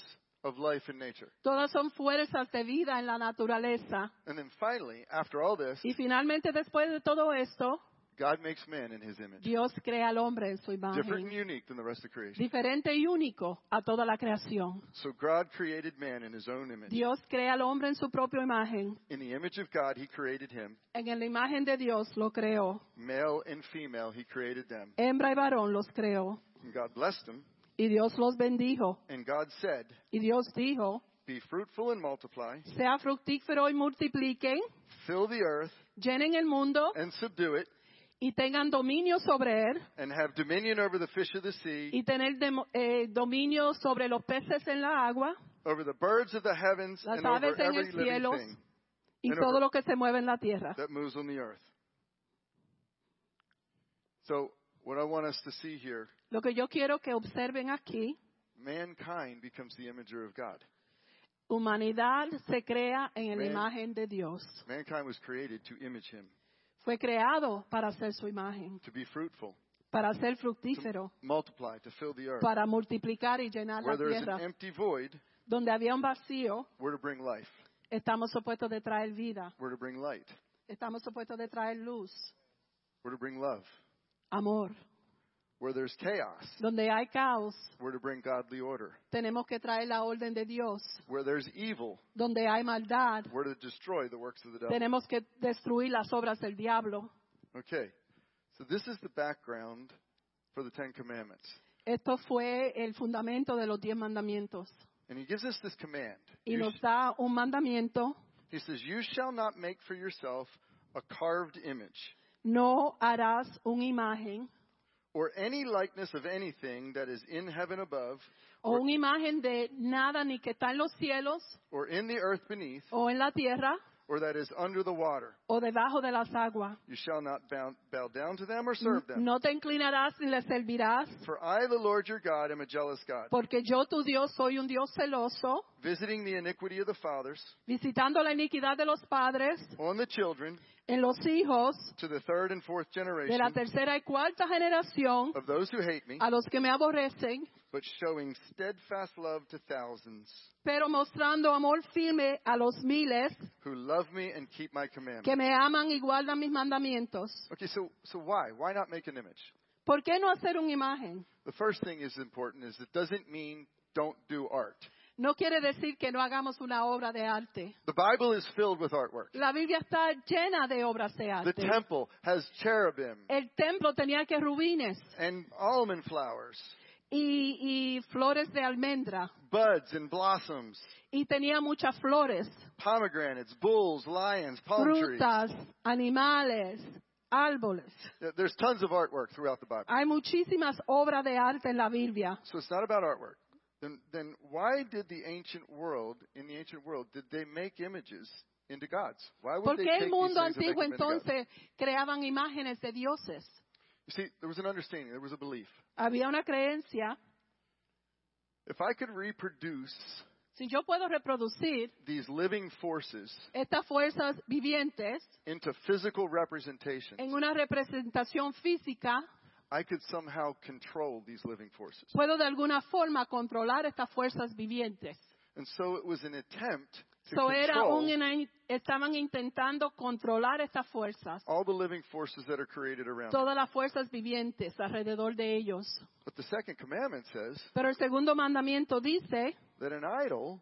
Speaker 6: of life and nature.
Speaker 1: Todas son fuerzas de vida en la naturaleza.
Speaker 6: And then finally, after all this,
Speaker 1: Y finalmente, después de todo esto,
Speaker 6: God makes man in his image.
Speaker 1: Dios crea al hombre en su
Speaker 6: Different and
Speaker 1: imagen,
Speaker 6: unique than the rest of creation.
Speaker 1: diferente y único a toda la creación.
Speaker 6: So God created man in his own image.
Speaker 1: Dios crea al hombre en su propia imagen.
Speaker 6: In the image of God, he created him.
Speaker 1: En la imagen de Dios lo creó.
Speaker 6: Male and female, he created them.
Speaker 1: Hembra y varón los creó.
Speaker 6: And God blessed them.
Speaker 1: Y Dios los bendijo.
Speaker 6: And God said,
Speaker 1: Y Dios dijo,
Speaker 6: Be fruitful and multiply,
Speaker 1: sea fructífero y multipliquen,
Speaker 6: fill the earth
Speaker 1: llenen el mundo
Speaker 6: and subdue it,
Speaker 1: y tengan dominio sobre él
Speaker 6: and have dominion over the fish of the sea,
Speaker 1: y tener demo- eh, dominio sobre los peces en la agua
Speaker 6: over the birds of the heavens,
Speaker 1: Las
Speaker 6: and over
Speaker 1: aves en
Speaker 6: every
Speaker 1: el
Speaker 6: living
Speaker 1: cielo.
Speaker 6: thing
Speaker 1: y
Speaker 6: Bueno,
Speaker 1: todo
Speaker 6: pero-
Speaker 1: lo que se mueve en la tierra.
Speaker 6: that moves on the earth. So, what I want us to see here
Speaker 1: Lo que yo quiero que observen aquí,
Speaker 6: mankind becomes the imager of God.
Speaker 1: humanidad se crea en la
Speaker 6: Man.
Speaker 1: imagen de Dios.
Speaker 6: Mankind was created to image him,
Speaker 1: Fue creado para ser su imagen,
Speaker 6: to be fruitful,
Speaker 1: para ser fructífero,
Speaker 6: multiply, to fill the earth.
Speaker 1: para multiplicar y llenar la
Speaker 6: Where there is an em-
Speaker 1: tierra.
Speaker 6: empty void,
Speaker 1: Donde había un vacío,
Speaker 6: we're to bring life,
Speaker 1: estamos supuestos de traer vida,
Speaker 6: we're to bring light,
Speaker 1: estamos supuestos de traer luz,
Speaker 6: we're to bring love.
Speaker 1: amor.
Speaker 6: Where there's chaos,
Speaker 1: Donde hay caos,
Speaker 6: we're to bring godly order.
Speaker 1: tenemos que traer la orden de Dios.
Speaker 6: Where there's evil,
Speaker 1: Donde hay maldad,
Speaker 6: we're to destroy the works of the devil.
Speaker 1: tenemos que destruir las obras del diablo.
Speaker 6: Okay, so this is the background for the Ten Commandments.
Speaker 1: Esto fue el fundamento de los diez mandamientos.
Speaker 6: And he gives us this command.
Speaker 1: Y
Speaker 6: You
Speaker 1: nos da un mandamiento,
Speaker 6: He says, You shall not make for yourself a carved image
Speaker 1: no harás una imagen
Speaker 6: or any likeness of anything that is in heaven above
Speaker 1: o una imagen de nada ni que está en los cielos
Speaker 6: or in the earth beneath
Speaker 1: o en la tierra
Speaker 6: or that is under the water.
Speaker 1: o debajo de las aguas.
Speaker 6: You shall not bow, bow down to them or serve them.
Speaker 1: No te inclinarás ni le servirás,
Speaker 6: For I, the Lord your God, am a jealous God,
Speaker 1: porque yo tu Dios soy un Dios celoso,
Speaker 6: visiting the iniquity of the fathers
Speaker 1: visitando la iniquidad de los padres
Speaker 6: on the children
Speaker 1: en los hijos
Speaker 6: to the third and fourth
Speaker 1: de
Speaker 6: generation
Speaker 1: la tercera y cuarta generación
Speaker 6: of those who hate me,
Speaker 1: a los que me aborrecen,
Speaker 6: but showing steadfast love to thousands
Speaker 1: pero mostrando amor firme a los miles
Speaker 6: who love me and keep my
Speaker 1: que
Speaker 6: commandments.
Speaker 1: me aman y guardan mis mandamientos.
Speaker 6: Okay, so, so why? Why not make an image?
Speaker 1: ¿Por qué no hacer una imagen?
Speaker 6: The first thing is important is it doesn't mean don't do art.
Speaker 1: No quiere decir que no hagamos una obra de arte.
Speaker 6: The Bible is filled with artwork.
Speaker 1: La Biblia está llena de obras de
Speaker 6: The
Speaker 1: arte.
Speaker 6: temple has cherubim
Speaker 1: El templo tenía que rubines
Speaker 6: and almond flowers,
Speaker 1: y, y flores de almendra
Speaker 6: buds and blossoms,
Speaker 1: y tenía muchas flores,
Speaker 6: pomegranates, bulls, lions, palm trees.
Speaker 1: frutas, animales, árboles.
Speaker 6: Th- There's tons of artwork throughout the Bible.
Speaker 1: Hay muchísimas obras de arte en la Biblia.
Speaker 6: So it's not about artwork. Then, then why did the ancient world, in the ancient world, did they make images into gods? Why would
Speaker 1: ¿Por
Speaker 6: they
Speaker 1: qué
Speaker 6: take
Speaker 1: el
Speaker 6: these
Speaker 1: mundo
Speaker 6: things and make
Speaker 1: antiguo
Speaker 6: them into gods?
Speaker 1: entonces creaban imágenes de dioses?
Speaker 6: You see, there was an understanding, there was a belief.
Speaker 1: Había una creencia,
Speaker 6: If I could reproduce
Speaker 1: si yo puedo reproducir
Speaker 6: these living forces
Speaker 1: estas fuerzas vivientes
Speaker 6: into physical representations,
Speaker 1: en una representación física,
Speaker 6: I could somehow control these living forces.
Speaker 1: puedo de alguna forma controlar estas fuerzas vivientes.
Speaker 6: And so it was an attempt to
Speaker 1: So era
Speaker 6: control
Speaker 1: un, estaban intentando controlar estas fuerzas,
Speaker 6: all the living forces that are created around. them.
Speaker 1: todas las fuerzas vivientes alrededor de ellos.
Speaker 6: But the second commandment says
Speaker 1: Pero el segundo mandamiento dice
Speaker 6: that an idol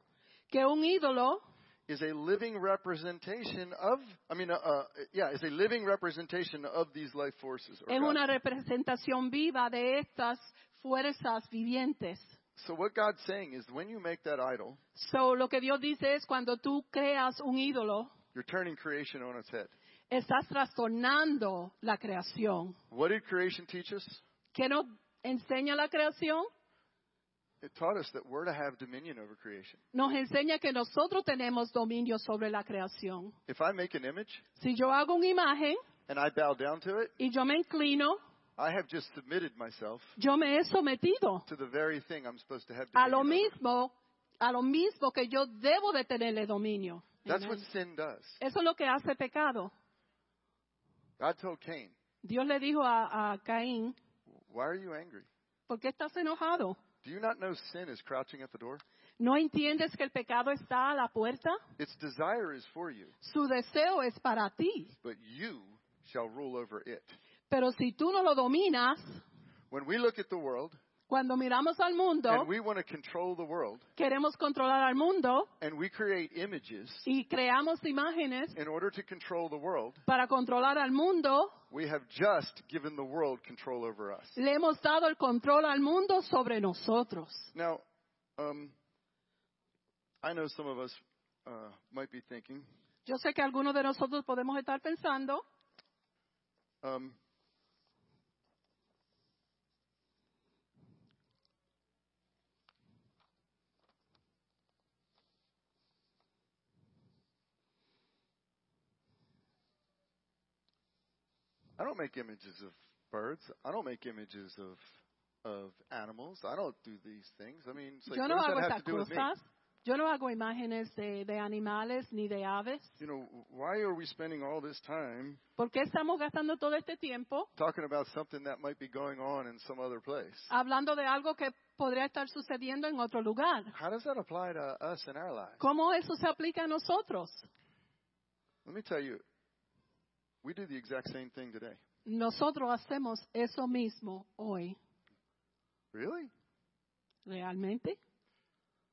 Speaker 1: que un ídolo
Speaker 6: is a living representation of, I mean, uh, uh, yeah, is a living representation of these life forces. or
Speaker 1: es
Speaker 6: God.
Speaker 1: una representación viva de estas fuerzas vivientes.
Speaker 6: So what God's saying is when you make that idol,
Speaker 1: So lo que Dios dice es cuando tú creas un ídolo,
Speaker 6: you're turning creation on its head.
Speaker 1: estás trastornando la creación.
Speaker 6: What did creation teach us?
Speaker 1: ¿Qué nos enseña la creación?
Speaker 6: It taught us that we're to have dominion over creation.
Speaker 1: Nos enseña que nosotros tenemos dominio sobre la creación.
Speaker 6: If I make an image
Speaker 1: Si yo hago una imagen
Speaker 6: and I bow down to it,
Speaker 1: y yo me inclino,
Speaker 6: I have just submitted myself
Speaker 1: yo me he sometido
Speaker 6: to the very thing I'm supposed to have
Speaker 1: a
Speaker 6: dominion
Speaker 1: lo
Speaker 6: over.
Speaker 1: mismo, a lo mismo que yo debo de tenerle dominio.
Speaker 6: That's what
Speaker 1: Amen.
Speaker 6: sin does.
Speaker 1: Eso es lo que hace pecado.
Speaker 6: God told Cain,
Speaker 1: Dios le dijo a, a Caín,
Speaker 6: Why are you angry?
Speaker 1: ¿por qué estás enojado?
Speaker 6: Do you not know sin is crouching at the door?
Speaker 1: ¿No entiendes que el pecado está a la puerta?
Speaker 6: Its desire is for you,
Speaker 1: Su deseo es para ti,
Speaker 6: but you shall rule over it.
Speaker 1: pero si tú no lo dominas,
Speaker 6: When we look at the world
Speaker 1: cuando miramos al mundo,
Speaker 6: and we want to control the world
Speaker 1: queremos controlar al mundo
Speaker 6: and we create images
Speaker 1: y creamos imágenes
Speaker 6: in order to control the world,
Speaker 1: para controlar al mundo,
Speaker 6: we have just given the world control over us.
Speaker 1: le hemos dado el control al mundo sobre nosotros.
Speaker 6: Now, um, I know some of us uh, might be thinking,
Speaker 1: Yo sé que algunos de nosotros podemos estar pensando,
Speaker 6: um, I don't make images of birds. I don't make images of of animals. I don't do these things. I mean, it's like,
Speaker 1: yo
Speaker 6: what
Speaker 1: no
Speaker 6: does that
Speaker 1: hago
Speaker 6: have
Speaker 1: estas
Speaker 6: to do with me?
Speaker 1: cosas, yo no hago imágenes de, de animales ni de aves.
Speaker 6: You know, why are we spending all this time
Speaker 1: ¿Por qué estamos gastando todo este tiempo
Speaker 6: talking about something that might be going on in some other place?
Speaker 1: hablando de algo que podría estar sucediendo en otro lugar?
Speaker 6: How does that apply to us in our lives?
Speaker 1: ¿Cómo eso se aplica a nosotros?
Speaker 6: Let me tell you, we do the exact same thing today.
Speaker 1: Nosotros hacemos eso mismo hoy,
Speaker 6: Really?
Speaker 1: realmente.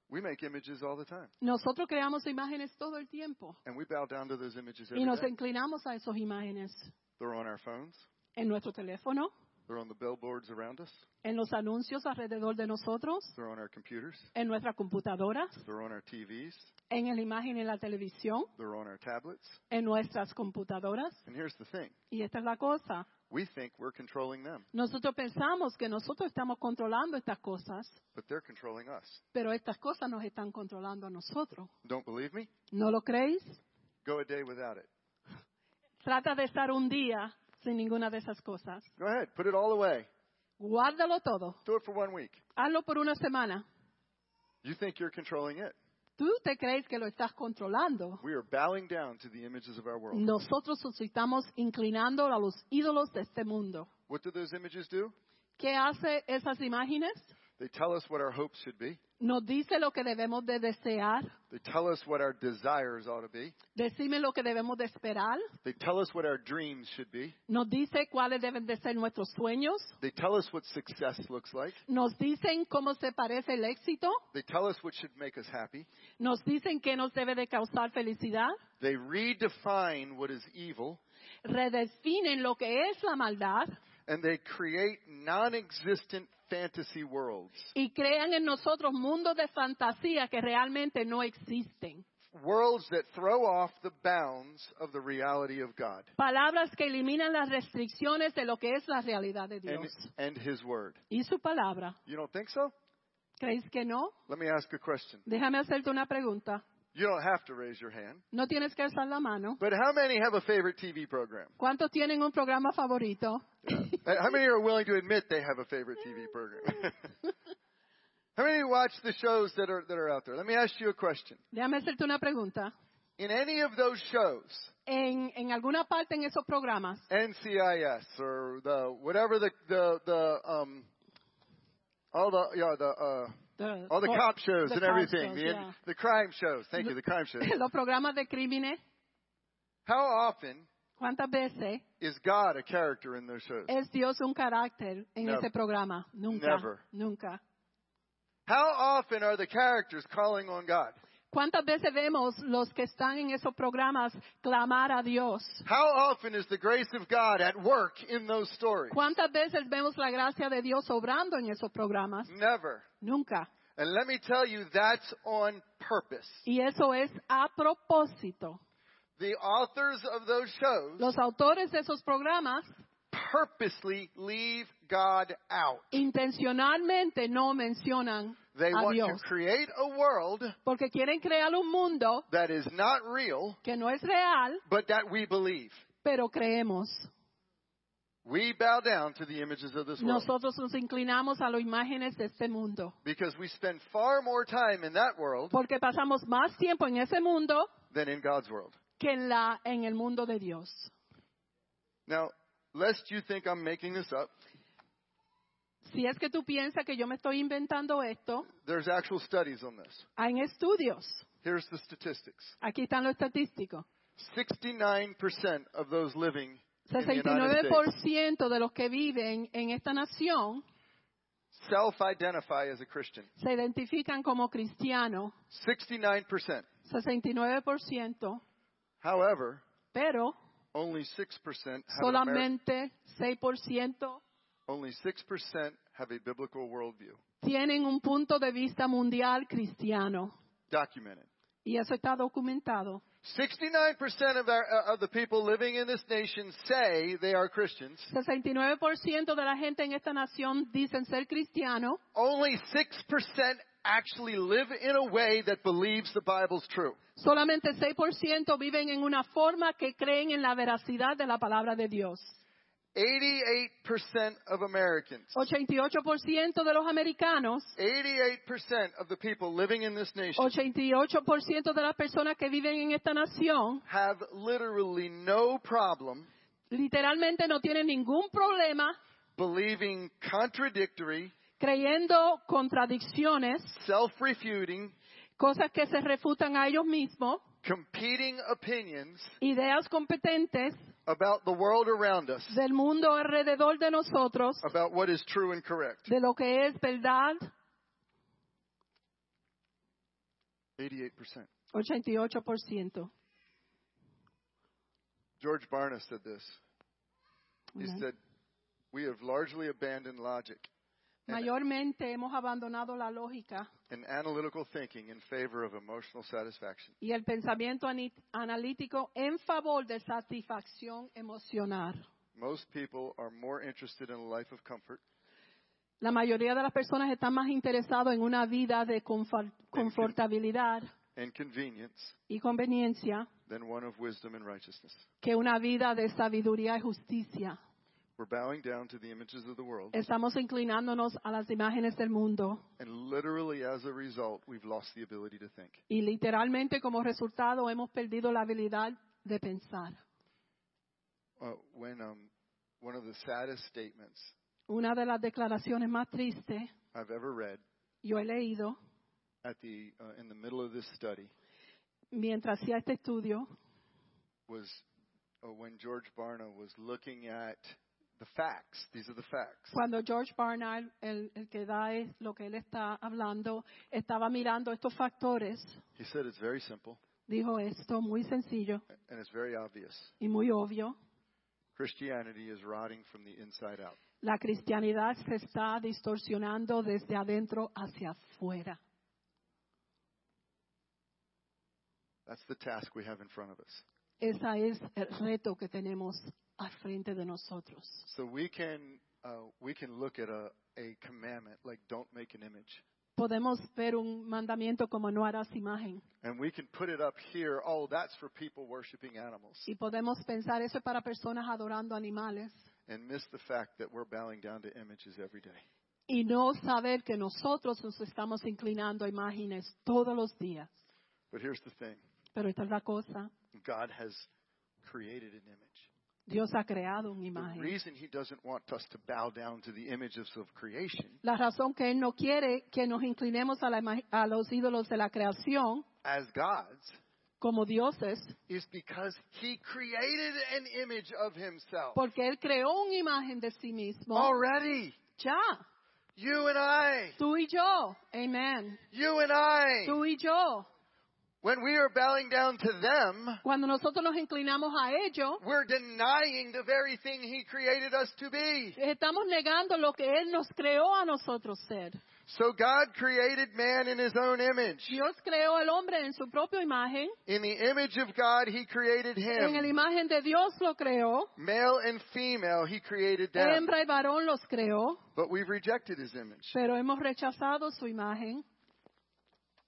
Speaker 6: We make images all the time,
Speaker 1: Nosotros creamos imágenes todo el tiempo
Speaker 6: and we bow down to those images every
Speaker 1: y nos
Speaker 6: day.
Speaker 1: inclinamos a esas imágenes
Speaker 6: They're on our phones,
Speaker 1: en nuestro teléfono,
Speaker 6: they're on the billboards around us,
Speaker 1: en los anuncios alrededor de nosotros,
Speaker 6: they're on our computers,
Speaker 1: en nuestras computadoras,
Speaker 6: they're on our TVs,
Speaker 1: en la imagen en la televisión,
Speaker 6: they're on our tablets.
Speaker 1: en nuestras computadoras.
Speaker 6: And here's the thing
Speaker 1: Y esta es la cosa.
Speaker 6: we think we're controlling them,
Speaker 1: Nosotros pensamos que nosotros estamos controlando estas cosas,
Speaker 6: but they're controlling us.
Speaker 1: pero estas cosas nos están controlando a nosotros.
Speaker 6: Don't believe me?
Speaker 1: ¿No lo creéis?
Speaker 6: Go a day without it.
Speaker 1: Trata de estar un día sin ninguna de esas cosas.
Speaker 6: Go ahead, put it all away.
Speaker 1: Guárdalo todo.
Speaker 6: Do it for one week.
Speaker 1: Hazlo por una semana.
Speaker 6: You think you're controlling it.
Speaker 1: Tú te crees que lo estás controlando.
Speaker 6: We are bowing down to the images of our world.
Speaker 1: Mm. Nosotros nos estamos inclinando a los ídolos de este mundo.
Speaker 6: What do those images do?
Speaker 1: ¿Qué hace esas imágenes?
Speaker 6: They tell us what our hopes should be.
Speaker 1: Nos dice lo que debemos de desear.
Speaker 6: They tell us what our desires ought to be.
Speaker 1: Decime lo que debemos de esperar.
Speaker 6: They tell us what our dreams should be.
Speaker 1: Nos dice cuáles deben de ser nuestros sueños.
Speaker 6: They tell us what success looks like.
Speaker 1: Nos dicen cómo se parece el éxito.
Speaker 6: They tell us what should make us happy.
Speaker 1: Nos dicen qué nos debe de causar felicidad.
Speaker 6: They redefine what is evil
Speaker 1: Redefinen lo que es la maldad
Speaker 6: and they create non-existent fantasy worlds.
Speaker 1: y crean en nosotros mundos de fantasía que realmente no existen.
Speaker 6: Worlds that throw off the bounds of the reality of God
Speaker 1: Palabras que eliminan las restricciones de lo que es la realidad de
Speaker 6: and,
Speaker 1: Dios.
Speaker 6: and His Word.
Speaker 1: Y su palabra.
Speaker 6: You don't think so?
Speaker 1: ¿Creéis que no?
Speaker 6: Let me ask a question.
Speaker 1: Déjame hacerte una pregunta.
Speaker 6: You don't have to raise your hand,
Speaker 1: No tienes que alzar la mano.
Speaker 6: but how many have a favorite TV program?
Speaker 1: ¿Cuántos tienen un programa favorito?
Speaker 6: Uh, How many are willing to admit they have a favorite TV
Speaker 1: Mm.
Speaker 6: program? How many watch the shows that are that are out there? Let me ask you a question.
Speaker 1: Déjame hacerte una pregunta.
Speaker 6: In any of those shows,
Speaker 1: En, en alguna parte en esos programas,
Speaker 6: NCIS or the whatever the the the um all the yeah the uh
Speaker 1: the-
Speaker 6: all the cop shows
Speaker 1: the
Speaker 6: and
Speaker 1: cop
Speaker 6: everything
Speaker 1: shows,
Speaker 6: the
Speaker 1: yeah.
Speaker 6: the crime shows. Thank you, the crime shows.
Speaker 1: los programas de crímenes,
Speaker 6: How often
Speaker 1: ¿cuántas veces
Speaker 6: is God a character in those shows?
Speaker 1: es Dios un carácter en
Speaker 6: Never.
Speaker 1: ese programa? Nunca.
Speaker 6: Never.
Speaker 1: Nunca.
Speaker 6: How often are the characters calling on God?
Speaker 1: ¿Cuántas veces vemos los que están en esos programas clamar a Dios?
Speaker 6: How often is the grace of God at work in those stories?
Speaker 1: ¿Cuántas veces vemos la gracia de Dios obrando en esos programas?
Speaker 6: Never.
Speaker 1: Nunca.
Speaker 6: And let me tell you, that's on purpose.
Speaker 1: Y eso es a propósito.
Speaker 6: The authors of those shows
Speaker 1: Los autores de esos programas
Speaker 6: purposely leave God out.
Speaker 1: intencionalmente no mencionan
Speaker 6: They
Speaker 1: a
Speaker 6: want to
Speaker 1: Dios
Speaker 6: create a world
Speaker 1: porque quieren crear un mundo
Speaker 6: that is not real,
Speaker 1: que no es real,
Speaker 6: but that we believe.
Speaker 1: pero creemos.
Speaker 6: We bow down to the images of this world
Speaker 1: Nosotros nos inclinamos a las imágenes de este mundo
Speaker 6: because we spend far more time in that world
Speaker 1: porque pasamos más tiempo en ese mundo
Speaker 6: than in God's world.
Speaker 1: que en, la, en el mundo de Dios.
Speaker 6: Now, lest you think I'm making this up,
Speaker 1: Si es que tú piensas que yo me estoy inventando esto,
Speaker 6: there's actual studies on this.
Speaker 1: hay estudios.
Speaker 6: Here's the statistics.
Speaker 1: Aquí están los estadísticos.
Speaker 6: 69% of those living in the United States
Speaker 1: 69% de los que viven en esta nación
Speaker 6: self-identify as a Christian.
Speaker 1: se identifican como cristianos,
Speaker 6: 69%.
Speaker 1: 69%,
Speaker 6: However,
Speaker 1: pero
Speaker 6: only 6% have, an
Speaker 1: solamente
Speaker 6: Ameri-
Speaker 1: 6%
Speaker 6: only 6% have a biblical worldview.
Speaker 1: tienen un punto de vista mundial cristiano.
Speaker 6: Documented.
Speaker 1: Y eso está documentado.
Speaker 6: 69% of, our, uh, of the people living in this nation say they are Christians.
Speaker 1: 69% de la gente en esta nación dicen ser cristiano,
Speaker 6: Only 6% actually live in a way that believes the Bible's true.
Speaker 1: solamente 6% viven en una forma que creen en la veracidad de la palabra de Dios.
Speaker 6: 88% of Americans,
Speaker 1: 88% de los americanos
Speaker 6: 88% of the people living in this nation
Speaker 1: 88% de las personas que viven en esta nación
Speaker 6: have literally no problem
Speaker 1: literalmente no tienen ningún problema
Speaker 6: believing contradictory,
Speaker 1: creyendo contradicciones,
Speaker 6: self-refuting,
Speaker 1: cosas que se refutan a ellos mismos,
Speaker 6: competing opinions
Speaker 1: ideas competentes
Speaker 6: about the world around us,
Speaker 1: del mundo alrededor de nosotros,
Speaker 6: about what is true and correct.
Speaker 1: de lo que es verdad,
Speaker 6: 88%.
Speaker 1: 88%.
Speaker 6: George Barna said this. He
Speaker 1: Amen.
Speaker 6: said, "We have largely abandoned logic and,
Speaker 1: Mayormente hemos abandonado la lógica
Speaker 6: and analytical thinking in favor of emotional satisfaction."
Speaker 1: y el pensamiento ani- analítico en favor de satisfacción emocional.
Speaker 6: Most people are more interested in a life of comfort
Speaker 1: La mayoría de las personas están más interesados en una vida de confort- confortabilidad
Speaker 6: and convenience
Speaker 1: y conveniencia
Speaker 6: than one of wisdom and righteousness.
Speaker 1: que una vida de sabiduría y justicia.
Speaker 6: We're bowing down to the images of the world,
Speaker 1: Estamos inclinándonos a las imágenes del mundo
Speaker 6: and literally as a result, we've lost the ability to think.
Speaker 1: y literalmente como resultado hemos perdido la habilidad de pensar.
Speaker 6: Uh, when um, one of the saddest statements
Speaker 1: Una de las declaraciones más tristes
Speaker 6: I've ever read
Speaker 1: yo he leído
Speaker 6: at the, uh, in the middle of this study
Speaker 1: mientras hacía este estudio
Speaker 6: was uh, when George Barna was looking at the facts. These are the facts.
Speaker 1: Cuando George Barnard, el, el que da es lo que él está hablando, estaba mirando estos factores,
Speaker 6: He said it's very simple
Speaker 1: dijo esto muy sencillo
Speaker 6: and it's very obvious.
Speaker 1: y muy obvio.
Speaker 6: Christianity is rotting from the inside out.
Speaker 1: La cristianidad se está distorsionando desde adentro hacia afuera.
Speaker 6: That's the task we have in front of us.
Speaker 1: Ese es el reto que tenemos al frente de nosotros.
Speaker 6: So we can, uh, we can look at a, a commandment like don't make an image.
Speaker 1: Podemos ver un mandamiento como no harás imagen
Speaker 6: And we can put it up here. Oh, that's for people worshiping animals.
Speaker 1: y podemos pensar eso es para personas adorando animales
Speaker 6: And miss the fact that we're bowing down to images every day.
Speaker 1: y no saber que nosotros nos estamos inclinando a imágenes todos los días.
Speaker 6: But here's the thing
Speaker 1: Pero esta es la cosa,
Speaker 6: God has created an image.
Speaker 1: Dios ha creado una
Speaker 6: The
Speaker 1: imagen.
Speaker 6: reason he doesn't want us to bow down to the images of creation,
Speaker 1: La razón que Él no quiere que nos inclinemos a, la ima- a los ídolos de la creación
Speaker 6: as gods,
Speaker 1: como dioses,
Speaker 6: is because he created an image of himself.
Speaker 1: porque Él creó una imagen de sí mismo.
Speaker 6: Already,
Speaker 1: Ya,
Speaker 6: you and I,
Speaker 1: tú y yo, amén.
Speaker 6: you and I,
Speaker 1: Tú y yo.
Speaker 6: when we are bowing down to them,
Speaker 1: Cuando nosotros nos inclinamos a ello,
Speaker 6: we're denying the very thing he created us to be.
Speaker 1: estamos negando lo que Él nos creó a nosotros ser.
Speaker 6: So God created man in his own image.
Speaker 1: Dios creó al hombre en su propia imagen.
Speaker 6: In the image of God, he created
Speaker 1: En la
Speaker 6: him.
Speaker 1: imagen de Dios lo creó.
Speaker 6: Male and female, he created them.
Speaker 1: Hembra y varón los creó,
Speaker 6: But we've rejected his image.
Speaker 1: pero hemos rechazado su imagen.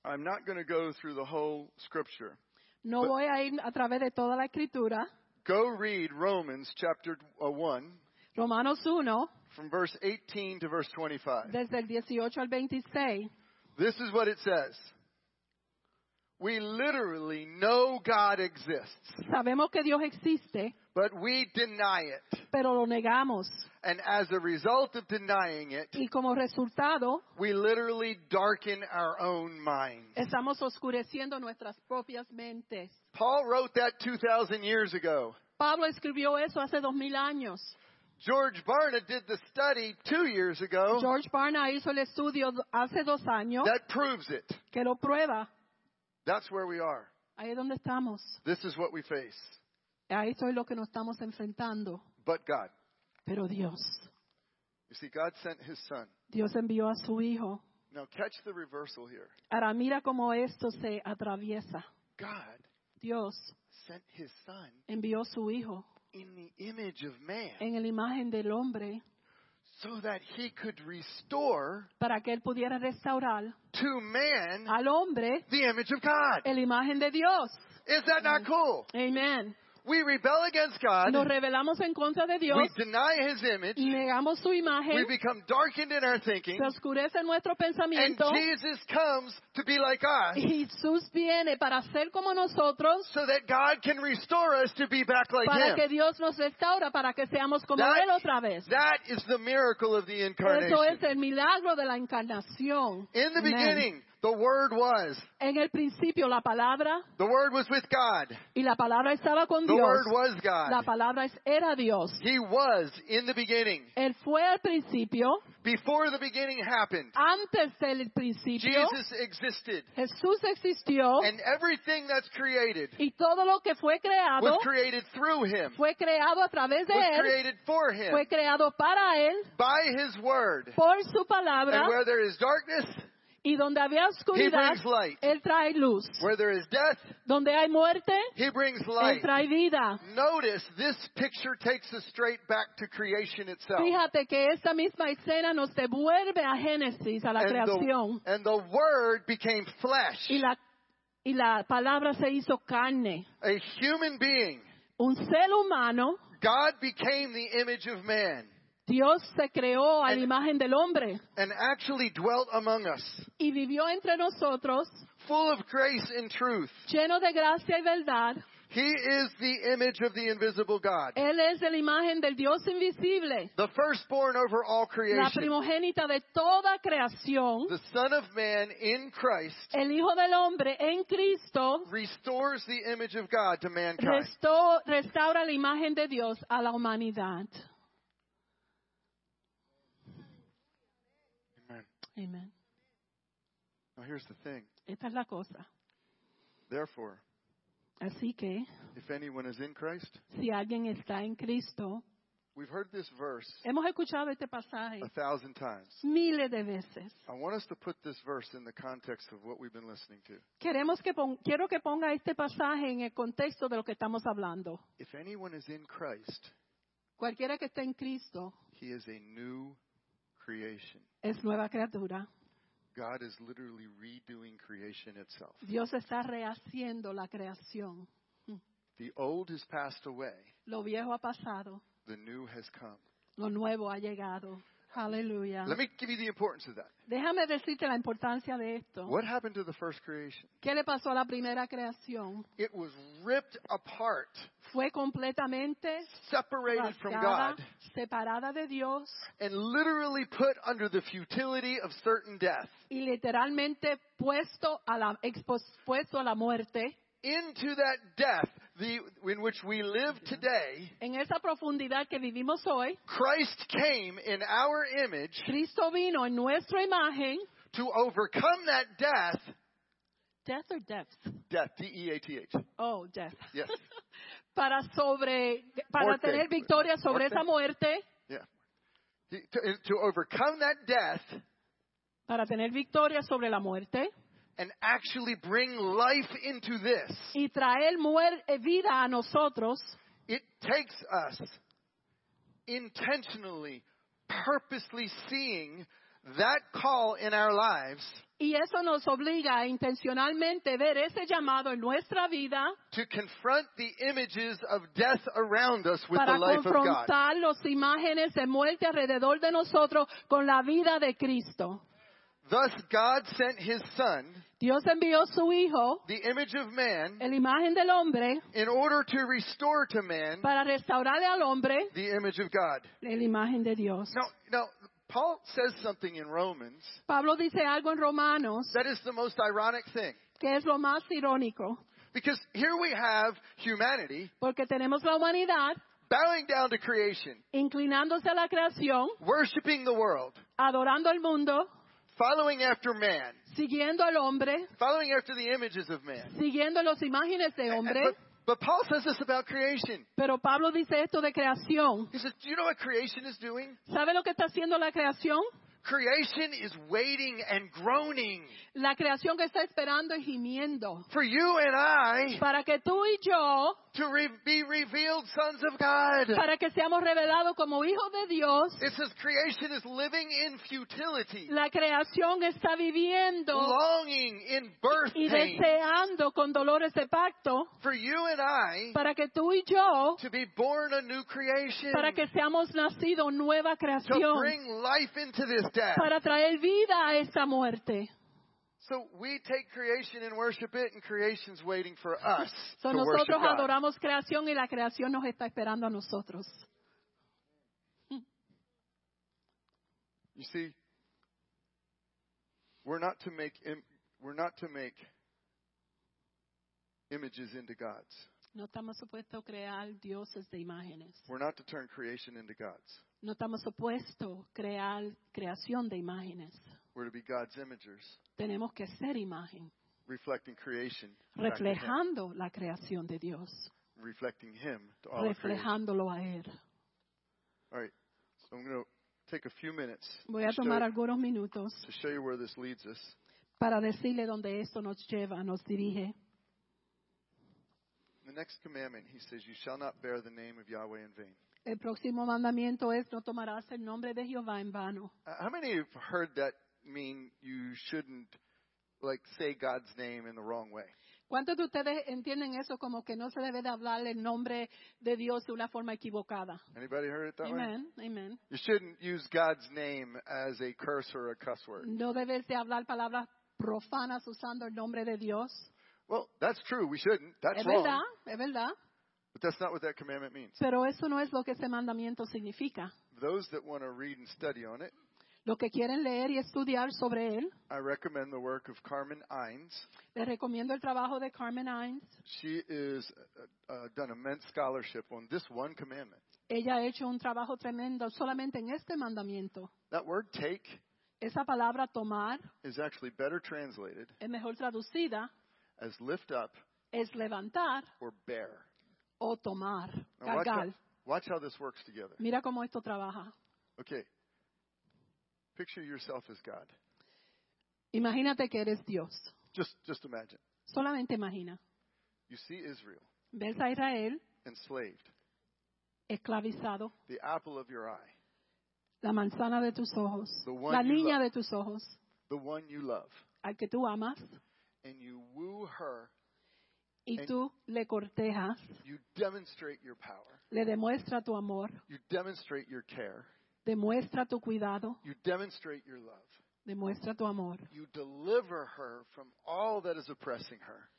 Speaker 6: I'm not going to go through the whole scripture.
Speaker 1: No voy a ir a través de toda la escritura.
Speaker 6: Go read Romans chapter uh, 1
Speaker 1: Romanos 1,
Speaker 6: from verse 18 to verse 25.
Speaker 1: desde el 18 al 26.
Speaker 6: This is what it says. We literally know God exists,
Speaker 1: Sabemos que Dios existe,
Speaker 6: but we deny it.
Speaker 1: pero lo negamos.
Speaker 6: And as a result of denying it,
Speaker 1: Y como resultado,
Speaker 6: we literally darken our own minds.
Speaker 1: estamos oscureciendo nuestras propias mentes.
Speaker 6: Paul wrote that 2,000 years ago.
Speaker 1: Pablo escribió eso hace dos mil años.
Speaker 6: George Barna did the study two years ago
Speaker 1: George Barna hizo el estudio hace dos años
Speaker 6: that proves it.
Speaker 1: que lo prueba.
Speaker 6: That's where we are.
Speaker 1: Ahí es donde estamos.
Speaker 6: This is what we face.
Speaker 1: A esto es lo que nos estamos enfrentando.
Speaker 6: But God.
Speaker 1: Pero Dios,
Speaker 6: You see, God sent his son.
Speaker 1: Dios envió a su Hijo.
Speaker 6: Now catch the reversal here.
Speaker 1: Ahora mira cómo esto se atraviesa.
Speaker 6: God
Speaker 1: Dios
Speaker 6: sent his son
Speaker 1: envió a su Hijo
Speaker 6: in the image of man
Speaker 1: en la imagen del hombre
Speaker 6: so that he could restore
Speaker 1: para que él pudiera restaurar
Speaker 6: to man
Speaker 1: al hombre
Speaker 6: the image of God.
Speaker 1: en la imagen de Dios.
Speaker 6: Is that not cool?
Speaker 1: Amén.
Speaker 6: We rebel against God.
Speaker 1: Nos rebelamos en contra de Dios,
Speaker 6: We deny his image.
Speaker 1: negamos su
Speaker 6: We
Speaker 1: imagen,
Speaker 6: become darkened in our thinking.
Speaker 1: se oscurece nuestro
Speaker 6: And
Speaker 1: pensamiento
Speaker 6: Jesus comes to be like us
Speaker 1: y Jesús viene para ser como nosotros,
Speaker 6: so that God can restore us to be back like
Speaker 1: para que
Speaker 6: him.
Speaker 1: Dios nos restaura, para que seamos como
Speaker 6: That-
Speaker 1: Él otra vez.
Speaker 6: That is the miracle of the
Speaker 1: Eso es
Speaker 6: incarnation.
Speaker 1: el milagro de la encarnación.
Speaker 6: In the
Speaker 1: Amén.
Speaker 6: beginning, the word was.
Speaker 1: En el principio la palabra
Speaker 6: The word was with God.
Speaker 1: y la palabra estaba con
Speaker 6: The word
Speaker 1: Dios.
Speaker 6: was
Speaker 1: La
Speaker 6: God.
Speaker 1: palabra es- era Dios.
Speaker 6: He was in the beginning.
Speaker 1: Él fue al principio,
Speaker 6: Before the beginning happened,
Speaker 1: antes del principio,
Speaker 6: Jesus existed.
Speaker 1: Jesús existió
Speaker 6: And everything that's created
Speaker 1: y todo lo que fue creado
Speaker 6: was created through him,
Speaker 1: fue creado a través de
Speaker 6: was
Speaker 1: Él,
Speaker 6: created for him,
Speaker 1: fue creado para Él,
Speaker 6: by his word.
Speaker 1: por su
Speaker 6: And
Speaker 1: palabra,
Speaker 6: where there is darkness,
Speaker 1: y donde había
Speaker 6: he
Speaker 1: oscuridad,
Speaker 6: brings light.
Speaker 1: Él trae luz.
Speaker 6: Where there is death,
Speaker 1: Donde hay muerte,
Speaker 6: he brings
Speaker 1: Él
Speaker 6: light.
Speaker 1: trae vida.
Speaker 6: Notice this picture takes us straight back to creation itself.
Speaker 1: Fíjate que esta misma escena nos devuelve a Génesis, a la
Speaker 6: And the,
Speaker 1: creación.
Speaker 6: and the word became flesh,
Speaker 1: Y la, y la palabra se hizo carne.
Speaker 6: a human being.
Speaker 1: Un ser humano,
Speaker 6: God became the image of man
Speaker 1: Dios se creó a la
Speaker 6: And-
Speaker 1: imagen del hombre
Speaker 6: and actually dwelt among us,
Speaker 1: y vivió entre nosotros,
Speaker 6: full of grace and truth.
Speaker 1: lleno de gracia y verdad.
Speaker 6: He is the image of the invisible God,
Speaker 1: Él es la imagen del Dios invisible,
Speaker 6: the firstborn over all
Speaker 1: la
Speaker 6: creation,
Speaker 1: primogénita de toda creación.
Speaker 6: the Son of Man in Christ.
Speaker 1: El Hijo del Hombre en Cristo
Speaker 6: Restores the image of God to mankind.
Speaker 1: restó- restaura la imagen de Dios a la humanidad.
Speaker 6: Amen.
Speaker 1: Amén.
Speaker 6: Now here's the thing.
Speaker 1: Esta es la cosa.
Speaker 6: Therefore,
Speaker 1: Así que
Speaker 6: if anyone is in Christ,
Speaker 1: si alguien está en Cristo,
Speaker 6: we've heard this verse
Speaker 1: hemos escuchado este pasaje
Speaker 6: a thousand times.
Speaker 1: miles de veces.
Speaker 6: I want us to put this verse in the context of what we've been listening to.
Speaker 1: Queremos que pon- quiero que ponga este pasaje en el contexto de lo que estamos hablando.
Speaker 6: If anyone is in Christ,
Speaker 1: Cualquiera que esté en Cristo
Speaker 6: he is a new creation.
Speaker 1: es nueva criatura.
Speaker 6: God is literally redoing creation itself.
Speaker 1: Dios está rehaciendo la creación.
Speaker 6: The old has passed away,
Speaker 1: Lo viejo ha pasado,
Speaker 6: the new has come.
Speaker 1: lo nuevo ha llegado. Aleluya.
Speaker 6: Let me give you the importance of that.
Speaker 1: Déjame decirte la importancia de esto.
Speaker 6: What happened to the first creation?
Speaker 1: ¿Qué le pasó a la primera creación?
Speaker 6: It was ripped apart,
Speaker 1: Fue completamente
Speaker 6: separated from
Speaker 1: rasgada,
Speaker 6: God,
Speaker 1: separada de Dios
Speaker 6: and literally put under the futility of certain death.
Speaker 1: y literalmente puesto a la, expuesto a la muerte.
Speaker 6: Into that death the, in which we live today,
Speaker 1: En esa profundidad que vivimos hoy,
Speaker 6: Christ came in our image
Speaker 1: Cristo vino en nuestra imagen.
Speaker 6: to overcome that death.
Speaker 1: Death or depth?
Speaker 6: Death, D E A T H.
Speaker 1: Oh, death.
Speaker 6: Yes.
Speaker 1: para sobre, para
Speaker 6: Muerte.
Speaker 1: tener victoria sobre
Speaker 6: Muerte.
Speaker 1: esa muerte,
Speaker 6: Yeah. To, to overcome that death
Speaker 1: para tener victoria sobre la muerte
Speaker 6: and actually bring life into this,
Speaker 1: y traer muer- eh, vida a nosotros,
Speaker 6: it takes us intentionally, purposely seeing that call in our lives
Speaker 1: y eso nos obliga a intencionalmente ver ese llamado en nuestra vida
Speaker 6: to confront the images of death around us with the
Speaker 1: para
Speaker 6: life of God.
Speaker 1: confrontar las imágenes de muerte alrededor de nosotros con la vida de Cristo.
Speaker 6: Thus, God sent His Son,
Speaker 1: Dios envió su Hijo,
Speaker 6: the image of man,
Speaker 1: en la imagen del hombre,
Speaker 6: in order to restore to man
Speaker 1: para restaurarle al hombre
Speaker 6: the image of God.
Speaker 1: en la imagen de Dios.
Speaker 6: Now, now, Paul says something in Romans
Speaker 1: Pablo dice algo en Romanos
Speaker 6: that is the most ironic thing.
Speaker 1: que es lo más irónico,
Speaker 6: Because here we have humanity
Speaker 1: porque tenemos la humanidad
Speaker 6: bowing down to creation,
Speaker 1: inclinándose a la creación,
Speaker 6: worshiping the world,
Speaker 1: adorando al mundo,
Speaker 6: following after man,
Speaker 1: siguiendo al hombre,
Speaker 6: following after the images of man.
Speaker 1: siguiendo las imágenes de hombre.
Speaker 6: But, but Paul says this about creation.
Speaker 1: Pero Pablo dice esto de creación.
Speaker 6: He says, Do you know what creation is doing?
Speaker 1: ¿Sabe lo que está haciendo la creación?
Speaker 6: Creation is waiting and groaning
Speaker 1: La creación que está esperando y gimiendo
Speaker 6: for you and I
Speaker 1: para que tú y yo,
Speaker 6: to re- be revealed sons of God.
Speaker 1: para que seamos revelados como hijos de Dios,
Speaker 6: It says creation is living in futility,
Speaker 1: la creación está viviendo
Speaker 6: longing in birth
Speaker 1: y
Speaker 6: pain
Speaker 1: deseando con dolores de pacto
Speaker 6: for you and I
Speaker 1: para que tú y yo,
Speaker 6: to be born a new creation,
Speaker 1: para que seamos nacidos nueva
Speaker 6: to
Speaker 1: creación,
Speaker 6: bring life into this death.
Speaker 1: para traer vida a esta muerte.
Speaker 6: So we take creation and worship it, and creation's waiting for us
Speaker 1: So,
Speaker 6: to worship
Speaker 1: nosotros
Speaker 6: God.
Speaker 1: adoramos creación y la creación nos está esperando a nosotros.
Speaker 6: You see, we're not to make Im- we're not to make images into gods.
Speaker 1: No estamos supuestos a crear dioses de imágenes.
Speaker 6: We're not to turn creation into gods.
Speaker 1: No estamos supuestos a crear creación de imágenes.
Speaker 6: We're to be God's imagers,
Speaker 1: Tenemos que ser imagen,
Speaker 6: reflecting creation, back to Him,
Speaker 1: reflejando la creación de Dios,
Speaker 6: reflecting Him to all of creation.
Speaker 1: reflejándolo a Él.
Speaker 6: All right, so I'm going to take a few minutes
Speaker 1: Voy a
Speaker 6: to show-
Speaker 1: tomar algunos minutos
Speaker 6: to show you where this leads us.
Speaker 1: para decirle dónde esto nos lleva, nos dirige.
Speaker 6: The next commandment, He says, "You shall not bear the name of Yahweh in vain."
Speaker 1: El próximo mandamiento es no tomarás el nombre de Jehová en vano.
Speaker 6: Uh, How many have heard that mean you shouldn't like say God's name in the wrong way?
Speaker 1: ¿Cuántos de ustedes entienden eso como que no se debe de hablar el nombre de Dios de una forma equivocada?
Speaker 6: Anybody heard it that way?
Speaker 1: Amén, amén.
Speaker 6: You shouldn't use God's name as a
Speaker 1: Mm.
Speaker 6: curse or a cuss word.
Speaker 1: No debes de hablar palabras profanas usando el nombre de Dios.
Speaker 6: Well, that's true. We shouldn't. That's
Speaker 1: Es verdad,
Speaker 6: wrong.
Speaker 1: es verdad.
Speaker 6: But that's not what that commandment means.
Speaker 1: Pero eso no es lo que ese mandamiento significa.
Speaker 6: Those that want to read and study on it,
Speaker 1: Los que quieren leer y estudiar sobre él,
Speaker 6: I recommend the work of Carmen Ines.
Speaker 1: les recomiendo el trabajo de Carmen Hines.
Speaker 6: She is uh, uh, done immense scholarship on this one commandment.
Speaker 1: Ella ha hecho un trabajo tremendo solamente en este mandamiento.
Speaker 6: That word "take"
Speaker 1: Esa palabra tomar
Speaker 6: is actually better translated
Speaker 1: es mejor traducida,
Speaker 6: as "lift up"
Speaker 1: es levantar
Speaker 6: or "bear."
Speaker 1: o tomar,
Speaker 6: Now watch, how,
Speaker 1: cargar.
Speaker 6: watch how this works together.
Speaker 1: Mira cómo esto trabaja.
Speaker 6: Okay. Picture yourself as God.
Speaker 1: Imagínate que eres Dios.
Speaker 6: Just just imagine.
Speaker 1: Solamente imagina.
Speaker 6: You see Israel
Speaker 1: Ves a Israel
Speaker 6: enslaved,
Speaker 1: esclavizado,
Speaker 6: the apple of your eye,
Speaker 1: la manzana de tus ojos,
Speaker 6: The one
Speaker 1: la
Speaker 6: you
Speaker 1: niña
Speaker 6: love.
Speaker 1: de tus ojos,
Speaker 6: the one you love,
Speaker 1: al que tú amas,
Speaker 6: and you woo her,
Speaker 1: y
Speaker 6: And-
Speaker 1: tú le cortejas,
Speaker 6: you demonstrate your power,
Speaker 1: le demuestra tu amor,
Speaker 6: you demonstrate your care,
Speaker 1: demuestra tu cuidado,
Speaker 6: you demonstrate your love.
Speaker 1: demuestra tu amor.
Speaker 6: You deliver her from all that is oppressing her.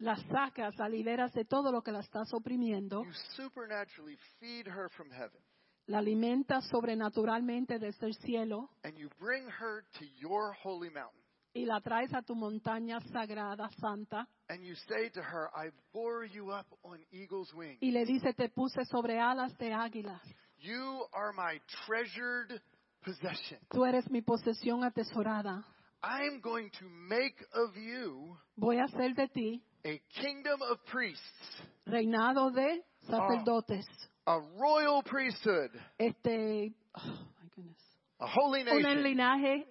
Speaker 1: La sacas, la liberas de todo lo que la estás oprimiendo,
Speaker 6: You supernaturally feed her from heaven,
Speaker 1: la alimentas sobrenaturalmente desde el cielo
Speaker 6: and you bring her to your holy mountain.
Speaker 1: y la traes a tu montaña sagrada, santa,
Speaker 6: And you say to her, I bore you up on eagle's wings.
Speaker 1: y le dice, te puse sobre alas de águilas.
Speaker 6: You are my treasured possession.
Speaker 1: Tú eres mi posesión atesorada.
Speaker 6: I'm going to make of you
Speaker 1: Voy a hacer de ti
Speaker 6: a kingdom of priests,
Speaker 1: reinado de
Speaker 6: Ah.
Speaker 1: sacerdotes.
Speaker 6: a royal priesthood,
Speaker 1: Este, oh, my goodness.
Speaker 6: a holy
Speaker 1: un
Speaker 6: nation.
Speaker 1: linaje